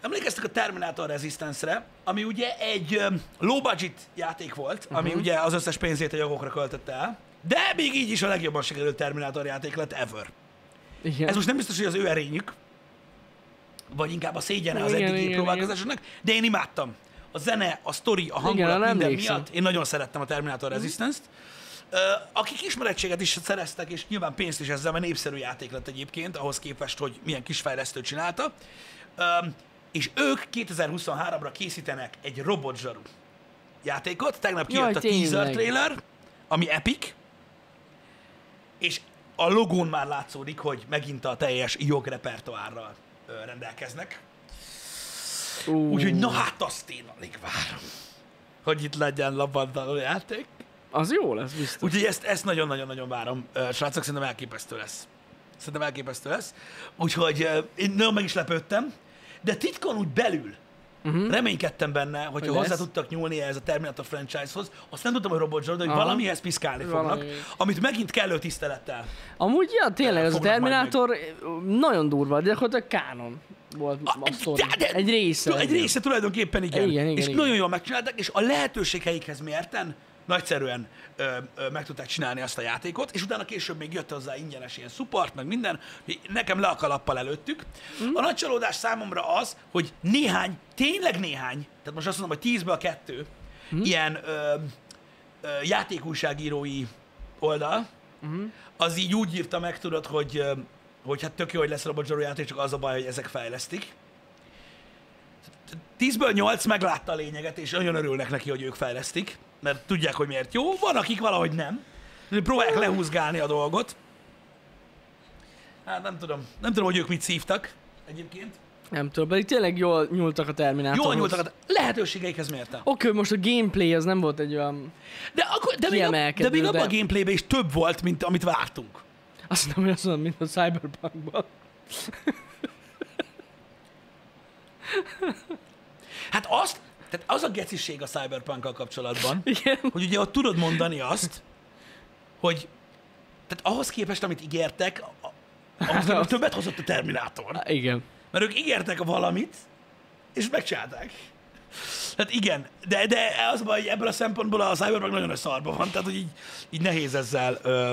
Emlékeztek a Terminator Resistance-re, ami ugye egy öm, low-budget játék volt, ami ugye az összes pénzét a jogokra költötte el, de még így is a legjobban sikerült Terminator játék lett ever.
igen.
Ez most nem biztos, hogy az ő erényük, vagy inkább a szégyene az
Igen,
eddigi
igen,
próbálkozásoknak, de én imádtam. A zene, a sztori, a hangulat,
arra
minden
emlékszem. Mhm.
miatt. Én nagyon szerettem a Terminator Resistance-t. Ö, Akik ismerettséget is szereztek, és nyilván pénzt is ezzel, mert népszerű játék lett egyébként, ahhoz képest, hogy milyen kis fejlesztő csinálta. Öm, És ők 2023-ra készítenek egy robotzsaru játékot. Tegnap kijött
Jaj,
a teaser
tényleg.
trailer, ami epic, és a logón már látszódik, hogy megint a teljes jogrepertoárral ö, rendelkeznek.
Ú,
Úgyhogy na hát azt én alig várom, hogy itt legyen labandaló játék.
Az jó lesz, biztos.
Úgyhogy ezt, ezt nagyon-nagyon-nagyon várom. Ö, Srácok, szerintem elképesztő lesz. Szerintem elképesztő lesz. Úgyhogy ö, én nagyon meg is lepődtem, de titkon úgy belül uh-huh. reménykedtem benne, hogy
Mhm. lesz?
hozzá tudtak nyúlni ehhez a Terminator franchise-hoz. Azt nem tudtam, hogy Robot Zsold, de hogy
Aha.
valamihez piszkálni fognak,
Valami.
amit megint kellő tisztelettel.
Amúgy, ja, tényleg, ez a
Fognak majd
Terminátor nagyon durva, de gyakorlatilag kánon volt a, a sztori.
Ah, de- de-
Egy része.
Tu- Egy része tulajdonképpen igen.
Igen, igen,
és
igen.
nagyon jól megcsinálták, és a lehetőségeikhez mérten nagyszerűen ö, ö, meg tudták csinálni azt a játékot, és utána később még jött hozzá ingyenes ilyen support, meg minden, hogy nekem le a kalappal előttük.
Mhm.
A nagy csalódás számomra az, hogy néhány, tényleg néhány, tehát most azt mondom, hogy tízből kettő,
Mhm.
ilyen ö, ö, játékújságírói oldal,
Mhm.
az így úgy írta meg, tudod, hogy, ö, hogy hát tök jó, hogy lesz Robot Zsaró játék, csak az a baj, hogy ezek fejlesztik. 10-ből 8 meglátta a lényeget, és nagyon örülnek neki, hogy ők fejlesztik, mert tudják, hogy miért jó. Van, akik valahogy nem. Próbálják lehúzgálni a dolgot. Hát nem tudom. Nem tudom, hogy ők mit szívtak egyébként.
Nem tudom, pedig tényleg jól nyúltak a Terminátorhoz.
Jól nyúltak, a lehetőségeikhez mértem.
Oké, hogy most a gameplay az nem volt egy olyan...
De, akkor, de, még, ab, de
Kiemelkedő,
még abban a
de-
gameplayben is több volt, mint amit vártunk.
Azt nem olyan szóval, mint a Cyberpunkban.
Hát azt, tehát az a geciség a cyberpunk kapcsolatban,
Igen.
hogy ugye ott tudod mondani azt, hogy tehát ahhoz képest, amit ígértek, a- ahhoz nem, többet hozott a Terminátor.
Igen.
Mert ők ígértek valamit, és megcsinálták. Hát igen, de, de az a baj, hogy ebből a szempontból a Cyberpunk nagyon a szarban van, tehát hogy így, így nehéz ezzel, ö,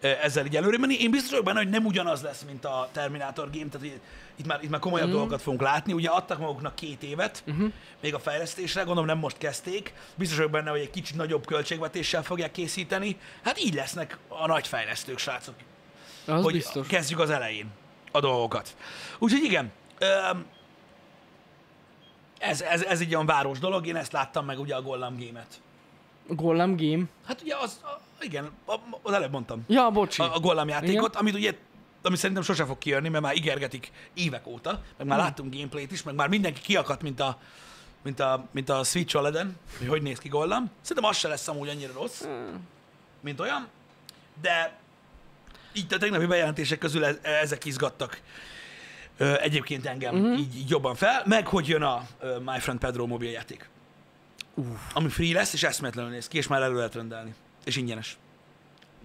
ö, ezzel így előre menni. Én biztos vagyok benne, hogy nem ugyanaz lesz, mint a Terminator game, tehát így- itt már, itt már komolyabb mm. dolgokat fogunk látni. Ugye adtak maguknak két évet, mm-hmm. még a fejlesztésre, gondolom nem most kezdték. Biztos vagyok benne, hogy egy kicsit nagyobb költségvetéssel fogják készíteni. Hát így lesznek a nagy fejlesztők, srácok
Az
hogy
biztos.
kezdjük az elején a dolgokat. Úgyhogy igen, öm, ez, ez, ez egy olyan város dolog, én ezt láttam meg ugye a Gollam Game-et.
Golem game.
Hát ugye az, a, igen, a, az előbb mondtam,
Ja, bocsi.
a, a Gollam játékot, amit ugye ami szerintem sose fog kijönni, mert már ígérgetik évek óta, meg
Hmm.
már láttunk gameplayt is, meg már mindenki kiakadt, mint a, mint a, mint a Switch OLED-en, hogy hogy néz ki Gollam. Szerintem az se lesz amúgy annyira rossz,
Ah,
mint olyan, de így a tegnapi bejelentések közül e- ezek izgattak ö, egyébként engem
Mhm.
uh-huh. így, így jobban fel, meg hogy jön a ö, My Friend Pedro mobiljáték, uh. ami free lesz, és eszméletlenül néz ki, és már elő lehet rendelni, és ingyenes.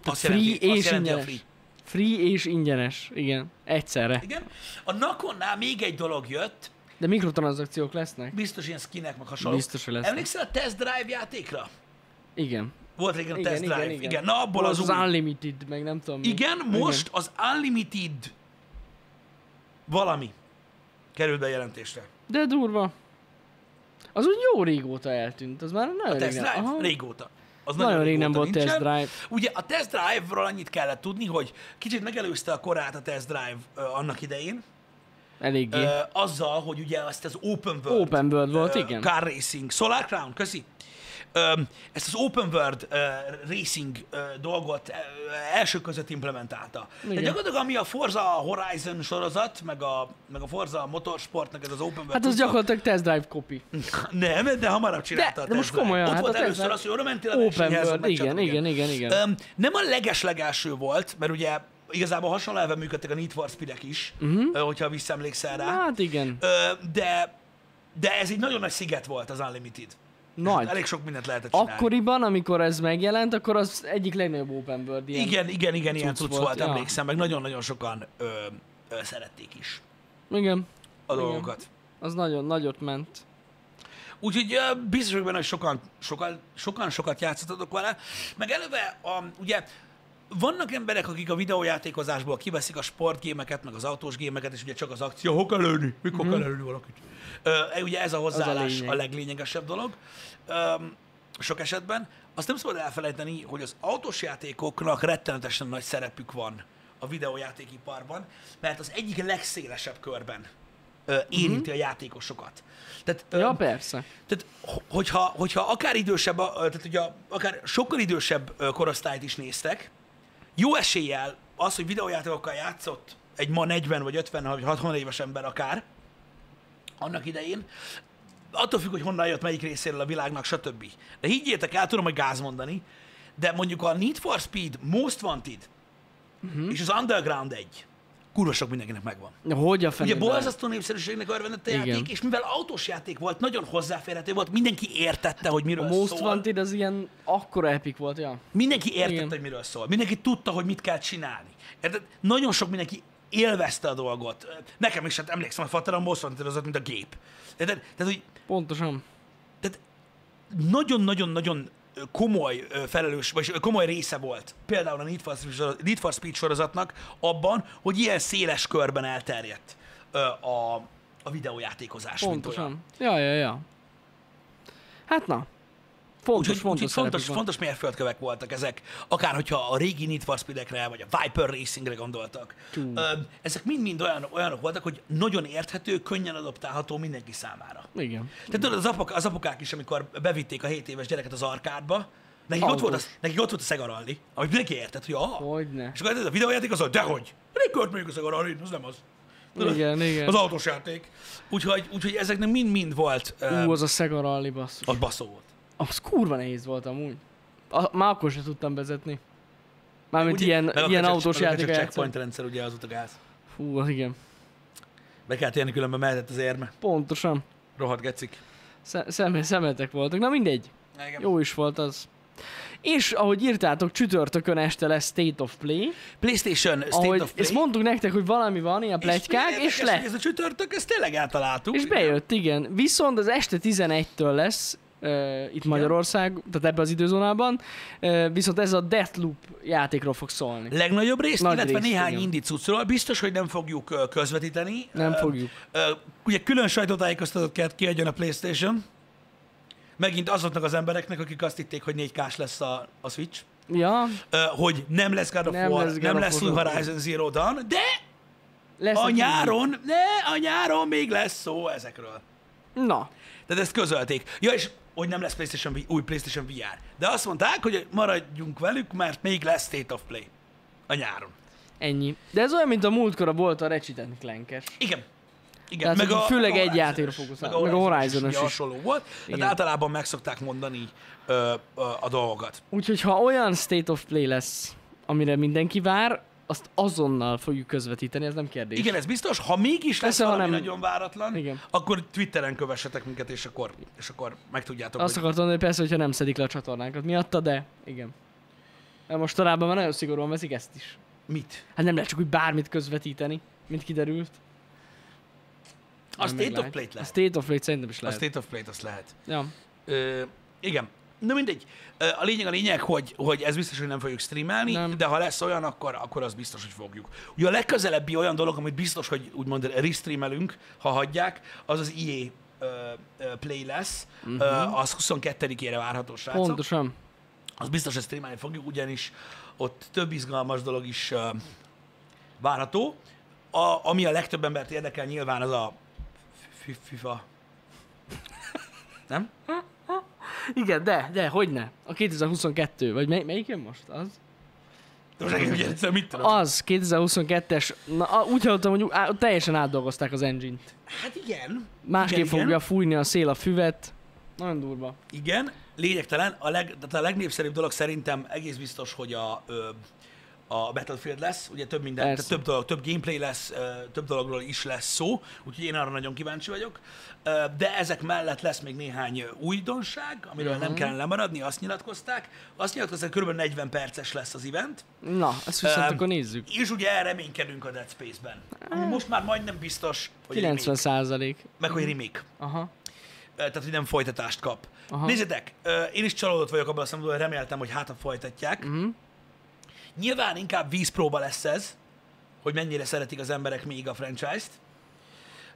Azt
free
jelenti,
és
azt jelenti a
ingyenes.
free.
Free és ingyenes. Igen. Egyszerre.
Igen. A Nakonnál még egy dolog jött,
De mikrotranszakciók lesznek?
biztos ilyen skinek, meg hasonló.
Biztos, hogy lesznek.
Emlékszel a Test Drive játékra?
Igen.
Volt régen a
Igen,
Test
igen,
Drive. Igen,
igen.
Na, abból az,
az
új.
Unlimited, meg nem tudom mi.
Igen, most az Unlimited valami került bejelentésre.
De durva. Az úgy jó régóta eltűnt, az már nagyon
Test
régen.
Drive?
Aha.
Régóta. Az
Nagyon rég nem
régóta
volt Test
nincsen.
Drive.
Ugye a Test Drive-ról annyit kellett tudni, hogy kicsit megelőzte a korát a Test Drive ö, annak idején,
Eléggé.
Ö, azzal, hogy ugye ezt az Open World...
Open World volt,
ö,
igen.
Car Racing. Solar Crown, köszi. Ö, ezt az Open World ö, Racing ö, dolgot ö, első között implementálta. De
Igen.
gyakorlatilag ami a Forza Horizon sorozat, meg a, meg a Forza Motorsportnak ez az Open World...
Hát az
cucca,
gyakorlatilag test drive copy.
nem, de hamarabb csinálta
De-
a
de most
Tesla.
komolyan,
Ott
hát
volt
a
először
Tesla-
az, hogy oda mentél a
Open
versenyhez, ott
World, igen,
megcsináltad,
igen, igen, igen.
Öm, nem a legeslegelső volt, mert ugye igazából hasonló elven működtek a Need for Speed-ek is,
Mhm.
uh-huh. hogyha visszaemlékszel rá.
Hát igen,
Ö, de, de ez egy nagyon nagy sziget volt az Unlimited.
nagy.
Elég sok mindent lehetett csinálni.
Akkoriban, amikor ez megjelent, akkor az egyik legnagyobb open world ilyen.
Igen, igen, igen, ilyen
cucc
cucc
volt,
volt,
ja.
emlékszem, meg nagyon-nagyon sokan ö, ö, szerették is
Igen,
a dolgokat.
az nagyon nagyot ment.
Úgyhogy ö, biztos vagyok benne, hogy sokan, sokan, sokan sokat játszottatok vele. Meg előve, a, ugye, vannak emberek, akik a videójátékozásból kiveszik a sportgémeket, meg az autós gémeket, és ugye csak az akció, hol kell lőni, mikor kell lőni valakit. Ö, e, ugye ez a hozzáállás a,
Mhm. lényeg.
a leglényegesebb dolog ö, sok esetben. Azt nem szabad elfelejteni, hogy az autós játékoknak rettenetesen nagy szerepük van a videójátékiparban, mert az egyik legszélesebb körben ö, érinti a játékosokat. Tehát, ö,
Mhm. Ja, persze.
tehát, ho- hogyha, hogyha akár idősebb, a- tehát ugye akár sokkal idősebb ö, korosztályt is néztek, jó eséllyel az, hogy videójátékokkal játszott egy ma 40 vagy 50 vagy 60 éves ember akár, annak idején, attól függ, hogy honnan jött, melyik részéről a világnak, stb. De higgyétek el, tudom, hogy gáz mondani, de mondjuk a Need for Speed, Most Wanted uh-huh. és az Underground 1, kurva sok mindenkinek megvan.
Hogy a
Ugye
fenébe?
borzasztó népszerűségnek örvendett a
Igen.
játék, és mivel autós játék volt, nagyon hozzáférhető volt, mindenki értette, hogy miről
A Most
szól.
Wanted az ilyen akkora epic volt, ja.
Mindenki értette,
Igen.
hogy miről szól. Mindenki tudta, hogy mit kell csinálni. Érted? Nagyon sok mindenki élvezte a dolgot. Nekem is, hát emlékszem, hogy Fatara Most Wanted az ott, mint a gép. Érted? Tehát, hogy
Pontosan.
tehát nagyon-nagyon-nagyon komoly ö, felelős, vagy komoly része volt például a Need for Speed, sorozat- Need for Speed sorozatnak abban, hogy ilyen széles körben elterjedt ö, a, a videójátékozás, mint olyan.
Pontosan. Ja, ja, ja. Hát na. Fontos,
Úgyhogy
fontos,
fontos, fontos,
fontos,
fontos mérföldkövek voltak ezek, akár hogyha a régi Need for Speed-ekre, vagy a Viper Racingre gondoltak. Ö, ezek mind-mind olyan, olyanok voltak, hogy nagyon érthető, könnyen adaptálható mindenki számára.
Igen.
Tehát tudod, az, apok, az apukák is, amikor bevitték a 7 éves gyereket az arkádba, nekik ott, volt a,
Autós.
nekik ott volt a szegaralli, amit mindenki értett, hogy aha.
Hogyne.
És akkor ez a videójáték az, hogy dehogy, elég kört mondjuk a szegaralli, az nem az. Tudod,
Igen, igen.
Az autós játék. Úgyhogy, úgyhogy ezeknek mind-mind volt, ö,
Ú, az a Sega Rally basszus.
az baszó volt.
Az kurva nehéz volt amúgy. A, már akkor sem tudtam vezetni. Mármint
Ugye,
ilyen,
meg akkor
ilyen
csak-
autós
meg akkor
játékra
Csak
játszom.
checkpoint rendszer ugye az a gáz.
Fú, az igen.
Be kell térni, különben mehetett az érme.
Pontosan.
Rohadt gecik.
Szem, szem, szemetek voltak. Na mindegy.
Igen.
Jó is volt az. És ahogy írtátok, csütörtökön este lesz State of Play.
PlayStation State
ahogy
of Play.
Ezt mondtuk nektek, hogy valami van, ilyen plegykák, és,
érdekes,
és lett.
hogy Ez a csütörtök, ezt tényleg eltaláltuk.
És bejött, igen. Viszont az este 11-től lesz uh, itt Magyarország, tehát ebbe az időzónában, uh, viszont ez a Deathloop játékról fog szólni.
Legnagyobb részt,
Nagy
illetve
részt,
néhány
igen.
indi cuccról. Biztos, hogy nem fogjuk ö, közvetíteni.
Nem
Ö,
fogjuk.
ö, Ugye külön sajtótájékoztatót kellett kiadjon a PlayStation. Megint azoknak az embereknek, akik azt hitték, hogy 4K-s lesz a, a Switch.
Ja,
Ö, hogy nem lesz God of
Nem
War,
lesz God
nem
of
lesz új
War.
Horizon Zero Dawn, de
lesz
A
egy-
nyáron, ne, a nyáron még lesz szó ezekről.
Na,
Tehát ezt közölték. Ja, és hogy nem lesz PlayStation, V- új PlayStation VR. De azt mondták, hogy maradjunk velük, mert még lesz State of Play. A nyáron.
ennyi. De ez olyan, mint a múltkor a volt a Ratchet Clankes.
Igen. Igen,
Tehát, hogy főleg egy
Horizon-os,
játékra fókuszál,
meg a Horizon is. ugye
is.
hasonló volt,
Igen.
tehát általában meg szokták mondani ö, ö, a dolgokat.
Úgyhogy ha olyan State of Play lesz, amire mindenki vár, azt azonnal fogjuk közvetíteni, ez nem kérdés.
Igen, ez biztos, ha mégis lesz
Persze, ha
valami
nem-
nagyon váratlan,
Igen.
akkor Twitteren kövessetek minket, és akkor, és akkor megtudjátok,
Azt
hogy
akartam mondani, hogy persze, hogyha nem szedik le a csatornánkat miatta, de igen. Mert mostanában már nagyon szigorúan veszik ezt is.
mit.
Hát nem lehet csak úgy bármit közvetíteni, mint kiderült.
A
Nem
State of
meglátjuk.
Play-t
A
lehet.
State of Play szerintem is
A
lehet.
State of Play-t azt lehet.
Ja.
Ö, igen. Na mindegy. Ö, A lényeg a lényeg, hogy, hogy ez biztos, hogy nem fogjuk streamelni, nem.
Nem.
de ha lesz olyan, akkor, akkor az biztos, hogy fogjuk. Ugye a legközelebbi olyan dolog, amit biztos, hogy úgymond restreamelünk, ha hagyják, az az EA ö, ö, Play lesz. Uh-huh. Az 22-ére várható, srácok.
Pontosan.
Az biztos, hogy streamelni fogjuk, ugyanis ott több izgalmas dolog is ö, várható. a, ami a legtöbb embert érdekel, nyilván az a fi- FIFA. Nem?
Igen, de, de, hogy ne? A 2022, vagy mely, melyik jön most? Az?
De most nekem ugye egyszer mit tudom?
Az, 2022-es, na, a- úgy hallottam, hogy á, teljesen átdolgozták az engine-t.
Hát igen.
Másképp
igen,
fogja fújni a szél a füvet. Nagyon durva.
Igen, igen. lényegtelen. A, leg, tehát a legnépszerűbb dolog szerintem egész biztos, hogy a, ö, a Battlefield lesz. Ugye több minden,
Persze.
tehát több, dolog, több gameplay lesz, ö, több dologról is lesz szó, úgyhogy én arra nagyon kíváncsi vagyok. Ö, De ezek mellett lesz még néhány ö, újdonság, amiről uh-huh. nem kellene lemaradni, azt nyilatkozták. Azt nyilatkozták, hogy kb. 40 perces lesz az event.
Na, ezt viszont
Öm,
akkor nézzük.
És ugye reménykedünk a Dead Space-ben. Ami most már majdnem biztos, hogy
90
remake,
százalék.
meg hogy remake.
Aha.
Ö, Tehát, hogy nem folytatást kap. Aha.
Aha.
Nézzétek, ö, én is csalódott vagyok abban a szempontból, hogy reméltem, hogy hát a folytatják.
Mhm.
Uh-huh. Nyilván inkább vízpróba lesz ez, hogy mennyire szeretik az emberek még a franchise-t.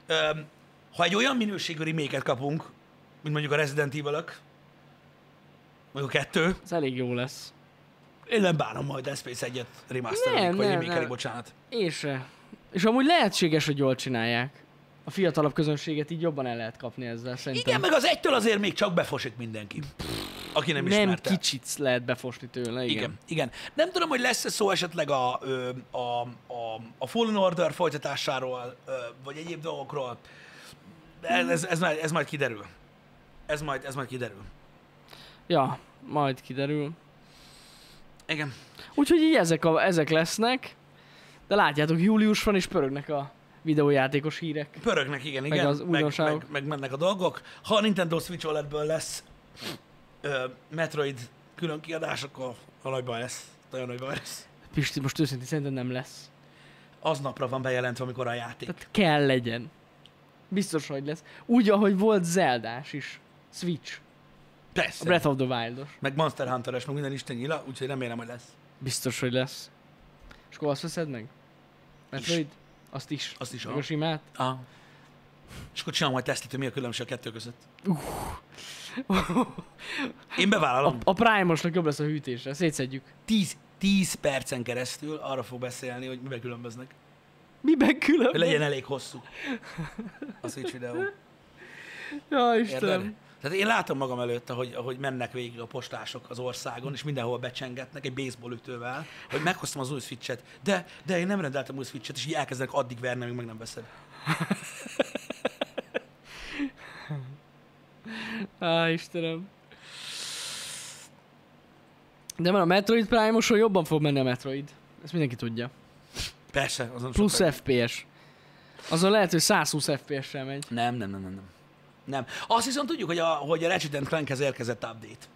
Öm, Ha egy olyan minőségű remake kapunk, mint mondjuk a Resident evil mondjuk a kettő,
Ez elég jó lesz.
én nem bánom majd Dead Space 1-et remasterelik,
Nem,
vagy
nem,
remake
nem.
bocsánat.
És se. És amúgy lehetséges, hogy jól csinálják. A fiatalabb közönséget így jobban el lehet kapni ezzel, szerintem.
Igen, meg az egytől azért még csak befosik mindenki, aki nem,
nem
ismerte.
kicsit lehet befosni tőle, igen.
Igen, igen. Nem tudom, hogy lesz-e szó esetleg a, ö, a, a, a Fallen Order folytatásáról, ö, vagy egyéb dolgokról. Ez, ez, ez, majd, ez majd kiderül. Ez majd, ez majd kiderül.
Ja, majd kiderül.
Igen.
Úgyhogy így ezek, a, ezek lesznek. De látjátok, július van és pörögnek a videójátékos hírek.
Pörögnek, igen, igen.
az
meg,
újdonságok.
meg, meg mennek a dolgok. Ha a Nintendo Switch OLED-ből lesz ö, Metroid külön kiadás, akkor a nagy baj lesz. Nagyon nagy baj lesz.
Pisti, most őszintén szerintem nem lesz.
Aznapra van bejelentve, amikor a játék.
Tehát kell legyen. Biztos, hogy lesz. Úgy, ahogy volt Zeldás is. Switch. A
Persze.
Breath of the Wildos.
Meg Monster Hunter-es, meg minden Isten nyila, úgyhogy remélem, hogy lesz.
Biztos, hogy lesz. És akkor azt veszed meg? Metroid? Azt is.
Azt is,
Meg
aha.
a simát?
Aha. És akkor csinálom majd tesztet, hogy mi a különbség a kettő között. Én bevállalom.
A Prime-osnak jobb lesz a hűtése. Szétszedjük.
10, 10 percen keresztül arra fog beszélni, hogy miben különböznek.
Miben
Hogy
különböz?
legyen elég hosszú. A Switch videó.
Ja,
Érted?
Istenem.
Tehát én látom magam előtt, ahogy, ahogy mennek végig a postások az országon, és mindenhol becsengetnek egy baseball ütővel, hogy meghoztam az új switchet, de, de én nem rendeltem új switchet, és így elkezdenek addig verni, amíg meg nem veszed.
Á, Istenem. De van a Metroid Prime-oson jobban fog menni a Metroid. Ezt mindenki tudja.
Persze, azon
Plusz
sokkal-
FPS. Azon lehet, hogy 120 FPS-sel megy.
Nem, nem, nem, nem, nem. Nem. Azt viszont tudjuk, hogy a, hogy a Ratchet and Clankhez érkezett update,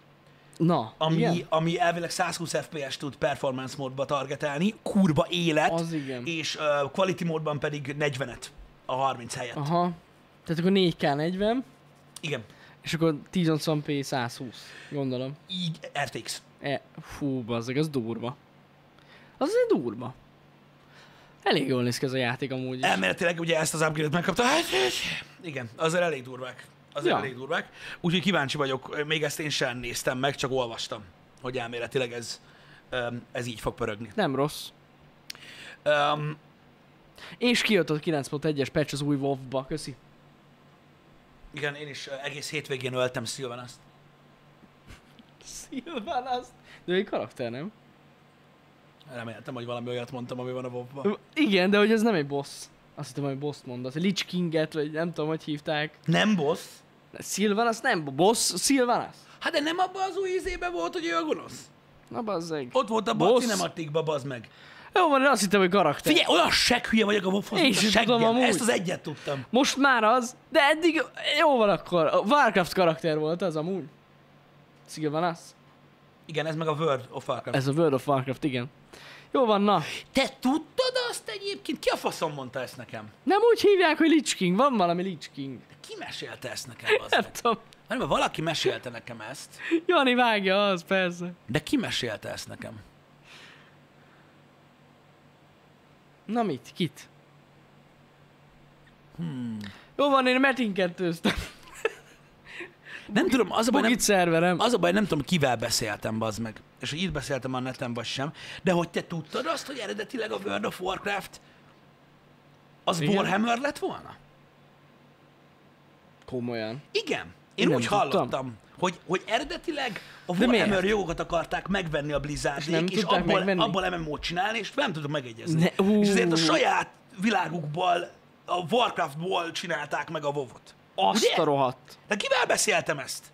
Na,
ami,
igen?
ami elvileg 120 FPS tud performance módba targetelni, kurva élet,
Az igen.
és uh, quality módban pedig 40-et a 30 helyett. Aha.
Aha. Tehát akkor 4K 40,
Igen,
és akkor 1080p 120, gondolom.
így RTX.
E, fú, bazzeg, az durva. Az azért durva. Elég jól néz ki ez a játék amúgy is.
Elméletileg ugye ezt az upgrade-et megkapta. Hát, hát, igen, azért elég durvák. Azért ja.
Ja.
elég durvák. Úgyhogy kíváncsi vagyok, még ezt én sem néztem meg, csak olvastam, hogy elméletileg ez, öm, ez így fog pörögni.
Nem rossz.
Um,
És kijött a 9.1-es patch az új WoW-ba, köszi.
igen, én is ö, egész hétvégén öltem Sylvan azt.
Szilván azt. De ő egy karakter, nem?
Reméltem, hogy valami olyat mondtam, ami van a bob
Igen, de hogy ez nem egy boss. Azt hittem, hogy boss mondasz. Lich Kinget, vagy nem tudom, hogy hívták.
Nem boss?
Szilván azt nem, boss, Szilván azt.
Hát de nem abban az új izében volt, hogy ő a gonosz?
Na bazzeg.
Ott volt a
Boss?
cinematikba, bazd meg.
Jó van, én azt hittem, hogy karakter.
Figyelj, olyan seg hülye vagyok a bobhoz,
Én
mint a
is tudom
seggem.
amúgy.
Ezt az egyet tudtam.
Most már az, de eddig jó van akkor. A Warcraft karakter volt az amúgy. Szilván az.
Igen, ez meg a World of Warcraft.
Ez a World of Warcraft, igen. Jó van, na.
Te tudtad azt egyébként? Ki a faszom mondta ezt nekem?
Nem úgy hívják, hogy Lich King. Van valami Lich King.
Ki mesélte ezt nekem, bazd
Nem
meg?
tudom.
Nem, mert valaki mesélte nekem ezt,
Jani vágja, az persze.
de ki mesélte ezt nekem?
Na mit? Kit? Hmm. Jó van, én metinkettőztem.
Nem tudom, az a baj, nem,
Bugit szerverem.
az a baj, nem tudom, kivel beszéltem, bazd meg. És hogy itt beszéltem a neten, vagy sem. De hogy te tudtad azt, hogy eredetileg a World of Warcraft az
Igen.
Warhammer lett volna?
Komolyan.
Igen. Én
Nem
úgy
tudtam.
hallottam, hogy, hogy eredetileg a
De miért?
Warhammer jogokat akarták megvenni a Blizzardék,
És nem
és,
tudták
abból,
megvenni?
abból MMO-t csinálni, és nem tudom megegyezni.
Ne- hú.
és ezért a saját világukból, a Warcraftból csinálták meg a WoW-ot.
Azt
Ugye?
a rohadt.
De kivel beszéltem ezt?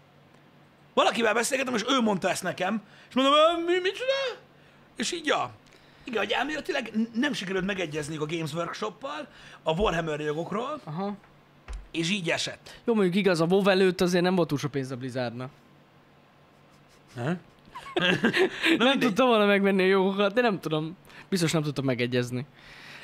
Valakivel beszélgettem, és ő mondta ezt nekem, és mondom, "Ö, mi, mit csinál? És így, ja. Igen, hogy elméletileg n- nem sikerült megegyezniük a Games Workshop-pal a Warhammer jogokról,
Aha.
és így esett.
Jó, mondjuk igaz, a WoW előtt azért nem volt túl sok pénz a Blizzardnak. Na, nem tudta volna megvenni a jogokat, de nem tudom. Biztos nem tudta megegyezni.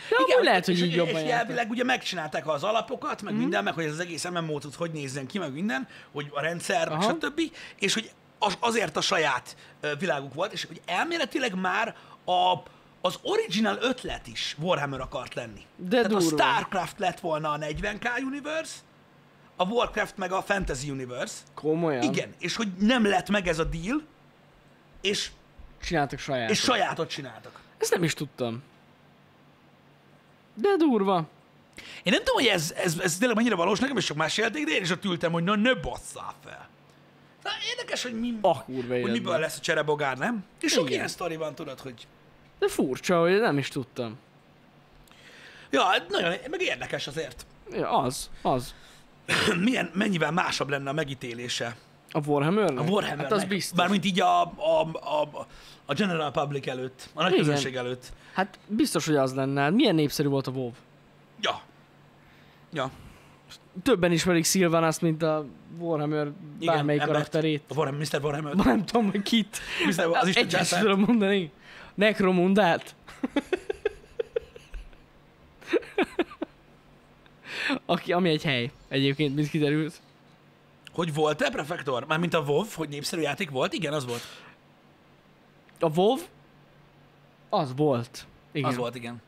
De Igen, amúgy lehet, hogy
és,
így
és,
jobban Mhm.
és
járt.
elvileg ugye megcsinálták az alapokat, meg minden, meg hogy ez az egész MMO tud hogy nézzen ki, meg minden, hogy a rendszer, meg
Aha.
stb. És hogy az, azért a saját ö, világuk volt, és hogy elméletileg már a, az original ötlet is Warhammer akart lenni.
De
Tehát a
durva.
Starcraft lett volna a 40k universe, a Warcraft meg a Fantasy universe.
Komolyan?
Igen, és hogy nem lett meg ez a deal, és,
Csináltak saját.
és sajátot csináltak.
Ezt nem is tudtam. De durva.
Én nem tudom, hogy ez, ez, ez tényleg mennyire valós, nekem is sok más jelték, de én is ott ültem, hogy na ne basszál fel. Na, érdekes, hogy, mi,
Ah, kurva
hogy
életben.
miből lesz a cserebogár, nem? És sok
Igen.
ilyen sztori van, tudod, hogy...
De furcsa, hogy nem is tudtam.
Ja, nagyon, meg érdekes azért.
Ja, az, az.
Milyen, mennyivel másabb lenne a megítélése
A warhammer
a Warhammernek.
Hát az biztos.
Bármint így a, a, a, a general public előtt, a nagy
Igen.
közönség előtt.
Hát biztos, hogy az lenne. Hát Milyen népszerű volt a WoW?
Ja. Ja.
Többen ismerik Sylvanast, mint a Warhammer bármelyik
embert.
karakterét.
A Warhammer, Mr. Warhammer.
Nem tudom, hogy kit.
Mr. Az Isten
Egyet sem
császár.
tudom mondani. Nekromundát? Aki, ami egy hely egyébként, mint kiderült.
Hogy volt-e Prefektor? Mármint a WoW, hogy népszerű játék volt? Igen, az volt.
A WoW az volt. Igen. Hát.
Az volt, igen.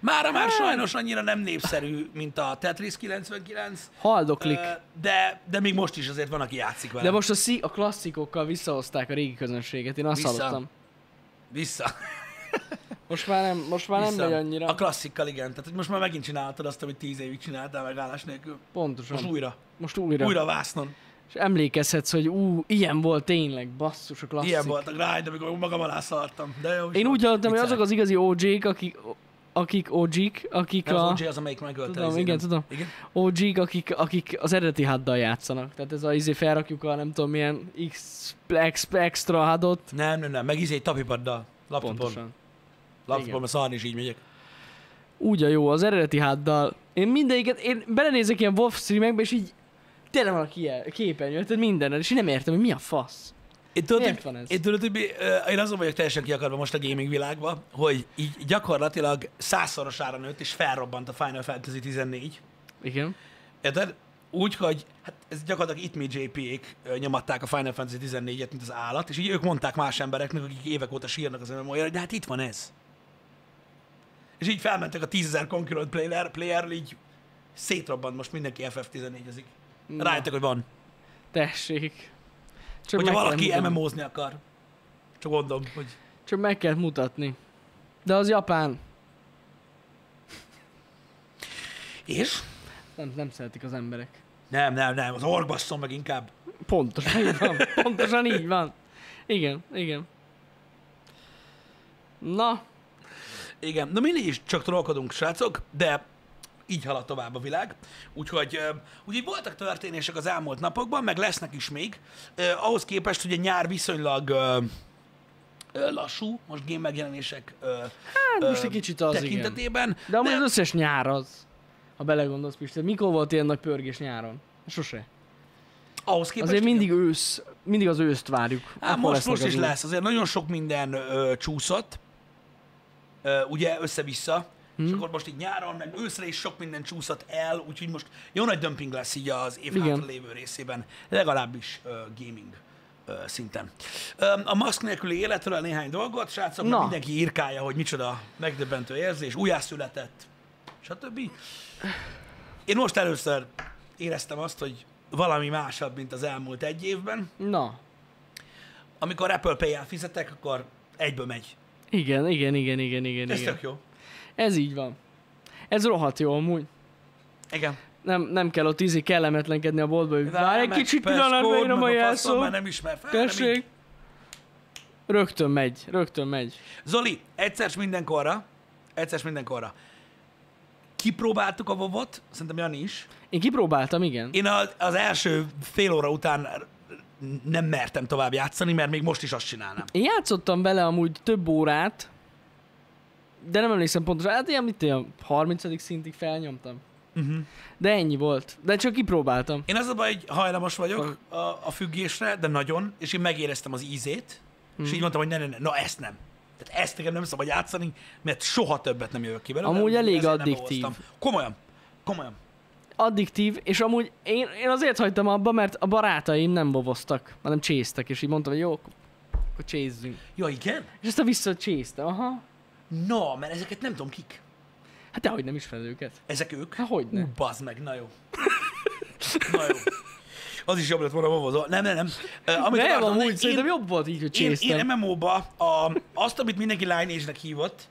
Mára már sajnos annyira nem népszerű, mint a Tetris 99,
Haldoklik.
ö, de, de még most is azért van, aki játszik vele.
De most a, szí- a klasszikokkal visszahozták a régi közönséget, én azt
Vissza?
hallottam.
Vissza.
Most már nem, most már nem
Vissza.
megy annyira.
A klasszikkal, igen. Tehát hogy most már megint csinálhatod azt, amit tíz évig csináltál megállás nélkül.
Pontosan.
Most
Most, új...
újra.
most újra. újra.
Újra vásznon.
És emlékezhetsz, hogy ú, ilyen volt tényleg, basszus a klasszik.
Ilyen voltak rá, de amikor magam alá szaladtam. De jó,
Én úgy hallottam, hogy
viccelek.
azok az igazi OG-k, akik, akik OG-k, akik
Nem, az
a...
OG az, amelyik megölte.
Tudom,
izé,
igen,
nem?
tudom.
Igen?
OG-k, akik, akik az eredeti haddal játszanak. Tehát ez a izé felrakjuk a nem tudom milyen X, X, extra hadot.
Nem, nem, nem. Meg izé egy tapipaddal. Laptopon.
Pontosan.
Laptopon,
Igen.
mert szarni is így megyek.
Úgy a jó, az eredeti haddal. Én mindegyiket, én belenézek ilyen WoW streamekbe, és így tele van a kie- képernyő, tehát mindennel, és én nem értem, hogy mi a fasz.
Én tudod,
Miért
hogy-
van ez?
Én tudod, hogy mi, ö, én azon vagyok teljesen kiakadva most a gaming világban, hogy így gyakorlatilag százszorosára nőtt és felrobbant a Final Fantasy 14.
Igen.
Érted? Úgy, hogy hát ez gyakorlatilag itt mi JP-ék ö, nyomatták a Final Fantasy 14-et, mint az állat, és így ők mondták más embereknek, akik évek óta sírnak az mmo hogy de hát itt van ez. És így felmentek a 10.000 concurrent player, player így szétrobbant most mindenki FF14-ezik.
Na.
Rájöttek, hogy van.
Tessék. Csak
Hogyha
kell
valaki
mutatni.
MMO-zni akar. Csak mondom, hogy
Csak meg kell mutatni. De az japán.
és?
Nem, nem szeretik az emberek.
Nem, nem, nem, az org basszon meg inkább.
Pontosan így van. Pontosan így van. Igen, igen. Na,
Igen, na mindig is csak trollkodunk, srácok, de így halad tovább a világ. Úgyhogy ö, ugye voltak történések az elmúlt napokban, meg lesznek is még. Ö, Ahhoz képest, hogy a nyár viszonylag ö, ö, lassú, most game megjelenések ö,
hát most
ö,
egy kicsit az igen.
tekintetében.
De amúgy
de-
az összes nyár az. Ha belegondolsz, Pisti, mikor volt ilyen nagy pörgés nyáron? Sose.
ahhoz képest
Azért
igen.
mindig ősz, mindig az őszt várjuk.
Á,
Akkor
most,
lesznek
most
az
is
új.
lesz, azért nagyon sok minden ö, csúszott, ö, ugye össze-vissza, hmm. és akkor most így nyáron, meg őszre is sok minden csúszott el, úgyhogy most jó nagy dömping lesz így az év
Igen.
hátra lévő részében, legalábbis ö, gaming ö, szinten. Ö, a maszk nélküli életről néhány dolgot, srácok,
Na.
Na. mindenki írkálja, hogy micsoda megdöbbentő érzés, újjászületett, stb. Én most először éreztem azt, hogy valami másabb, mint az elmúlt egy évben,
Na,
amikor Apple Pay-el fizetek, akkor egyből megy.
igen, igen, igen, igen, igen.
Ez
igen.
tök jó.
Ez így van. Ez rohadt jó amúgy.
Igen.
Nem, nem kell ott ízi kellemetlenkedni a boltba, hogy várj egy
meg
kicsit
Pest
pillanat,
kód,
beírom
meg
a
faszom
jelszó.
Már nem ismer fel. nem így.
Tessék. Rögtön megy, rögtön megy.
Zoli, egyszer s mindenkorra, egyszer s mindenkorra. Kipróbáltuk a vovot, szerintem Jani is.
Én kipróbáltam, igen.
Én az, az első fél óra után nem mertem tovább játszani, mert még most is azt csinálnám.
Én játszottam bele amúgy több órát, de nem emlékszem pontosan, hát ilyen, mit ilyen 30. szintig felnyomtam.
Uh-huh.
De ennyi volt. De csak kipróbáltam.
Én az a baj, hogy hajlamos vagyok
Fog-
a, a függésre, de nagyon, és én megéreztem az ízét, mm.
Hmm.
és így mondtam, hogy ne, ne, ne, na ezt nem. Tehát ezt nekem nem szabad játszani, mert soha többet nem jövök ki belőle.
Amúgy elég
Ezért nem
addiktív.
óvoztam. Komolyan, komolyan.
Addiktív, és amúgy én, én azért hagytam abba, mert a barátaim nem boboztak, hanem csésztek, és így mondtam, hogy jó, akkor- akkor csézzünk.
Ja, igen?
És aztán visszacsésztem, aha.
Na, mert ezeket nem tudom kik.
Hát dehogy nem ismered őket.
Ezek ők?
Hát hogy ne?
Ú, Bazd meg, na jó. Na jó. Az is jobb lett volna vovozó. Nem, nem, nem. Ö, Amit
Nem,
akartam,
amúgy
én-
szerintem jobb volt így, hogy
Én,
csésztem.
én MMO-ba a, azt, amit mindenki Line Age-nek hívott,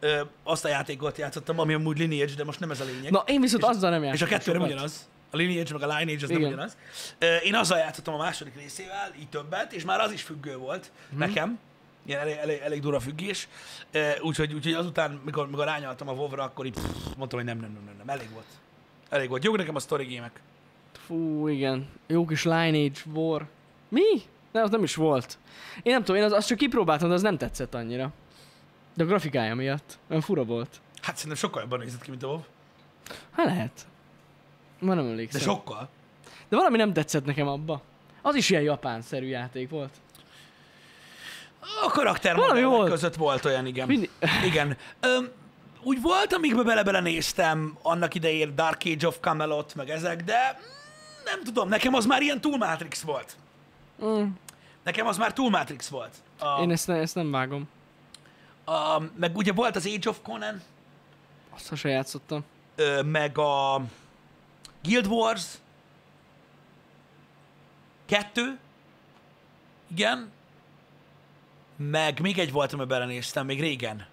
ö, azt a játékot játszottam, ami amúgy Lineage, de most nem ez a lényeg.
Na, én viszont azzal nem
és a
játszottam
kettő nem
sokat.
ugyanaz. A Lineage meg a Lineage az nem
Igen.
ugyanaz. Ö, Én azzal játszottam a második részével, így többet, és már az is függő volt
Mhm.
nekem. Ilyen elég, elég, elég dura függés. Ö, Úgyhogy, úgyhogy azután, mikor, mikor rányaltam a WoW-ra, akkor így pff, mondtam, hogy nem, nem, nem, nem, nem, elég volt. Elég volt. Jók nekem a story gémek.
Fú, igen. Jó kis Lineage War. Mi? Nem, az nem is volt. Én nem tudom, én az, azt csak kipróbáltam, de az nem tetszett annyira. De a grafikája miatt. Olyan fura volt.
Hát szerintem sokkal jobban nézett ki, mint a WoW.
Hát lehet. Már nem
De
emlékszem.
sokkal.
de valami nem tetszett nekem abba. Az is ilyen japán-szerű játék volt.
A
Valami
karaktermodellek
volt.
között volt olyan, igen.
Mindig-
Igen. Öm, úgy volt, amikbe bele-bele néztem annak idején Dark Age of Camelot, meg ezek, de mm, nem tudom, nekem az már ilyen túl Matrix volt.
Mm,
Nekem az már túl Matrix volt. A,
én ezt, ne, ezt nem vágom.
a, meg ugye volt az Age of Conan,
Azt se játszottam.
ö, meg a Guild Wars 2, igen, meg még egy volt, amiben belenéztem, még régen.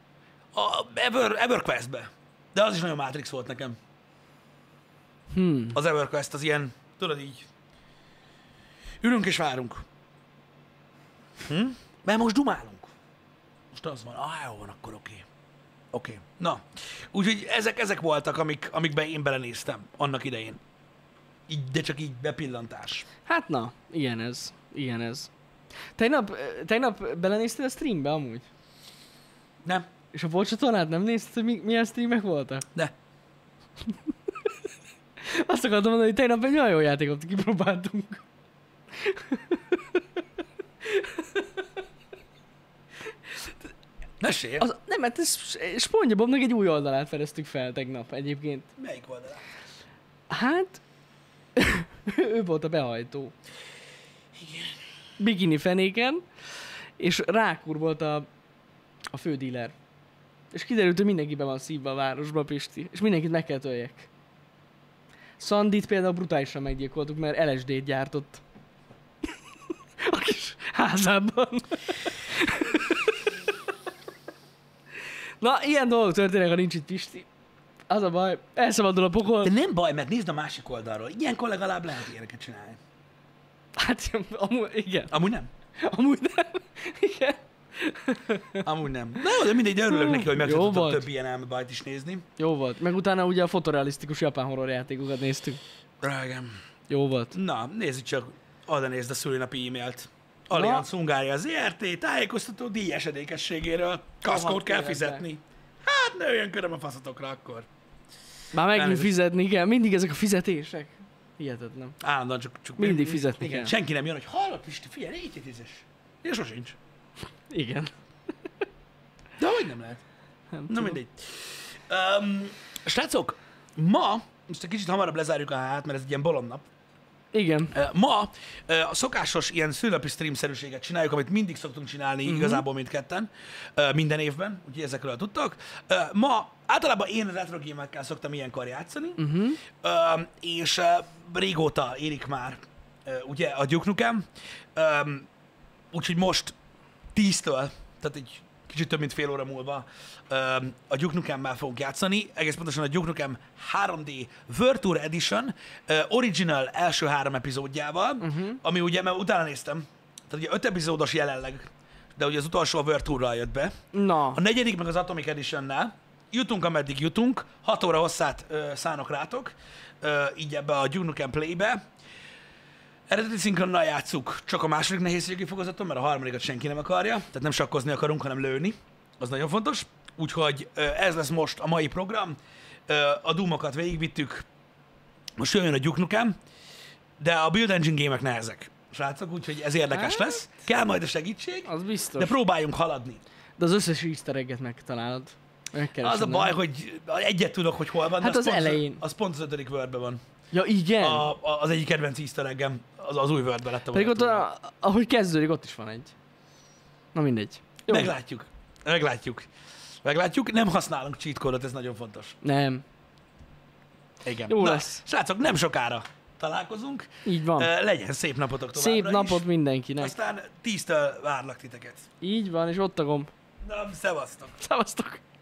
A Ever, EverQuest-be. De az is nagyon Matrix volt nekem.
Hmm.
Az EverQuest az ilyen, tudod így, ülünk és várunk. Hm? Mert most dumálunk. Most az van, ah, jó van, akkor oké. Oké, na. Úgyhogy ezek, ezek voltak, amik, amikben én belenéztem annak idején. Így, de csak így bepillantás.
Hát na, ilyen ez. Ilyen ez. Tegnap, ö, tegnap belenéztél a streambe amúgy?
Nem?
És a volt csatornát nem nézted, hogy mi, milyen streamek voltak?
De.
Azt akartam mondani, hogy tegnap egy nagyon jó játékot kipróbáltunk.
Mesélj. Az...
Az, nem, mert ez S- SpongeBobnak egy új oldalát fedeztük fel tegnap egyébként.
Melyik oldalá?
Hát, ő volt a behajtó. Igen. Bikini fenéken, és Rákur volt a, a fődíler. És kiderült, hogy mindenki be van szívva a városba, Pisti. És mindenkit meg kell töljek. Szandit például brutálisan meggyilkoltuk, mert LSD-t gyártott. a kis házában. Na, ilyen dolgok történnek, ha nincs itt Pisti. Az a baj, elszabadul a pokol.
De nem baj, mert nézd a másik oldalról. Ilyenkor legalább lehet ilyeneket csinálni.
Hát, amúgy, igen.
Amúgy nem.
Amúgy nem. Igen.
Amúgy nem. Na jó, de mindegy, de örülök neki, hogy meg
Jó
tudtam
volt.
több ilyen elmebájt is nézni.
Jó volt. Meg utána ugye a fotorealisztikus japán horror játékokat néztük.
Drágám.
Jó volt.
Na, nézzük csak, oda nézd a szülinapi e-mailt. Allianz Hungária az ERT tájékoztató díjesedékességéről. Kaszkót
Rohadt
kell
életben.
fizetni. Hát nőjön köröm a faszatokra akkor.
Már megint
Elnézést.
fizetni kell. Mindig ezek a fizetések. Hihetetlen.
Állandóan csak... csak
Mindig fizetni
igen.
kell.
Senki nem jön, hogy hallod, Pisti, figyelj, négy tízes. És sosincs.
Igen.
De hogy nem lehet?
Nem
Na
tudom.
mindegy. Um, srácok, ma, most egy kicsit hamarabb lezárjuk a hát, mert ez egy ilyen bolondnap.
Igen.
Ö, Ma ö, a szokásos ilyen szülnapi streamszerűséget csináljuk, amit mindig szoktunk csinálni uh-huh. igazából mindketten, ö, minden évben, úgyhogy ezekről tudtok. Ö, Ma általában én retro gémekkel szoktam ilyenkor játszani, uh-huh. és ö, régóta érik már ö, ugye a Duke Nukem, Ö, úgyhogy most tíztől, tehát egy kicsit több mint fél óra múlva öm, a Duke Nukem-mel fogunk játszani, egész pontosan a Duke Nukem 3D World Tour Edition ö, original első három epizódjával, uh-huh. ami ugye, mert utána néztem, tehát ugye öt epizódos jelenleg, de ugye az utolsó a World Tour-ral jött be,
Na,
a negyedik meg az Atomic Edition-nál. Jutunk, ameddig jutunk. 6 óra hosszát ö, szánok rátok, ö, így ebbe a Duke Nukem Play-be. Eredeti szinkronnal játszuk, csak a második nehézségi fokozaton, mert a harmadikat senki nem akarja, tehát nem sakkozni akarunk, hanem lőni. Az nagyon fontos. Úgyhogy ö, ez lesz most a mai program. Ö, a Dumokat végigvittük, most jön a Duke Nukem, de a Build Engine gémek nehezek, srácok, úgyhogy ez érdekes
Hát.
lesz. Kell majd a segítség,
az biztos.
de
De,
próbáljunk haladni.
az összes easter egget megtalálod. Megkeresed,
Az a
nem?
baj, hogy egyet tudok, hogy hol van. de
Hát az
pont
elején.
Az pont az ötödik wordben van.
Ja, igen.
A,
A,
a, az egyik kedvenc easter eggem, az, az új wordben lett
Pedig
volna
ott,
tudva.
a, ahogy kezdődik, ott is van egy. Na mindegy. Jó.
Meglátjuk. Meglátjuk. Meglátjuk. Nem használunk cheat code-ot, ez nagyon fontos.
Nem,
Igen.
Jó lesz.
Srácok, nem sokára találkozunk.
így van.
Ö, Legyen szép napotok továbbra
Szép napot
is.
mindenkinek.
Aztán tíztől várlak titeket.
Így van, és ott a gomb.
Na, szevasztok.
Szevasztok!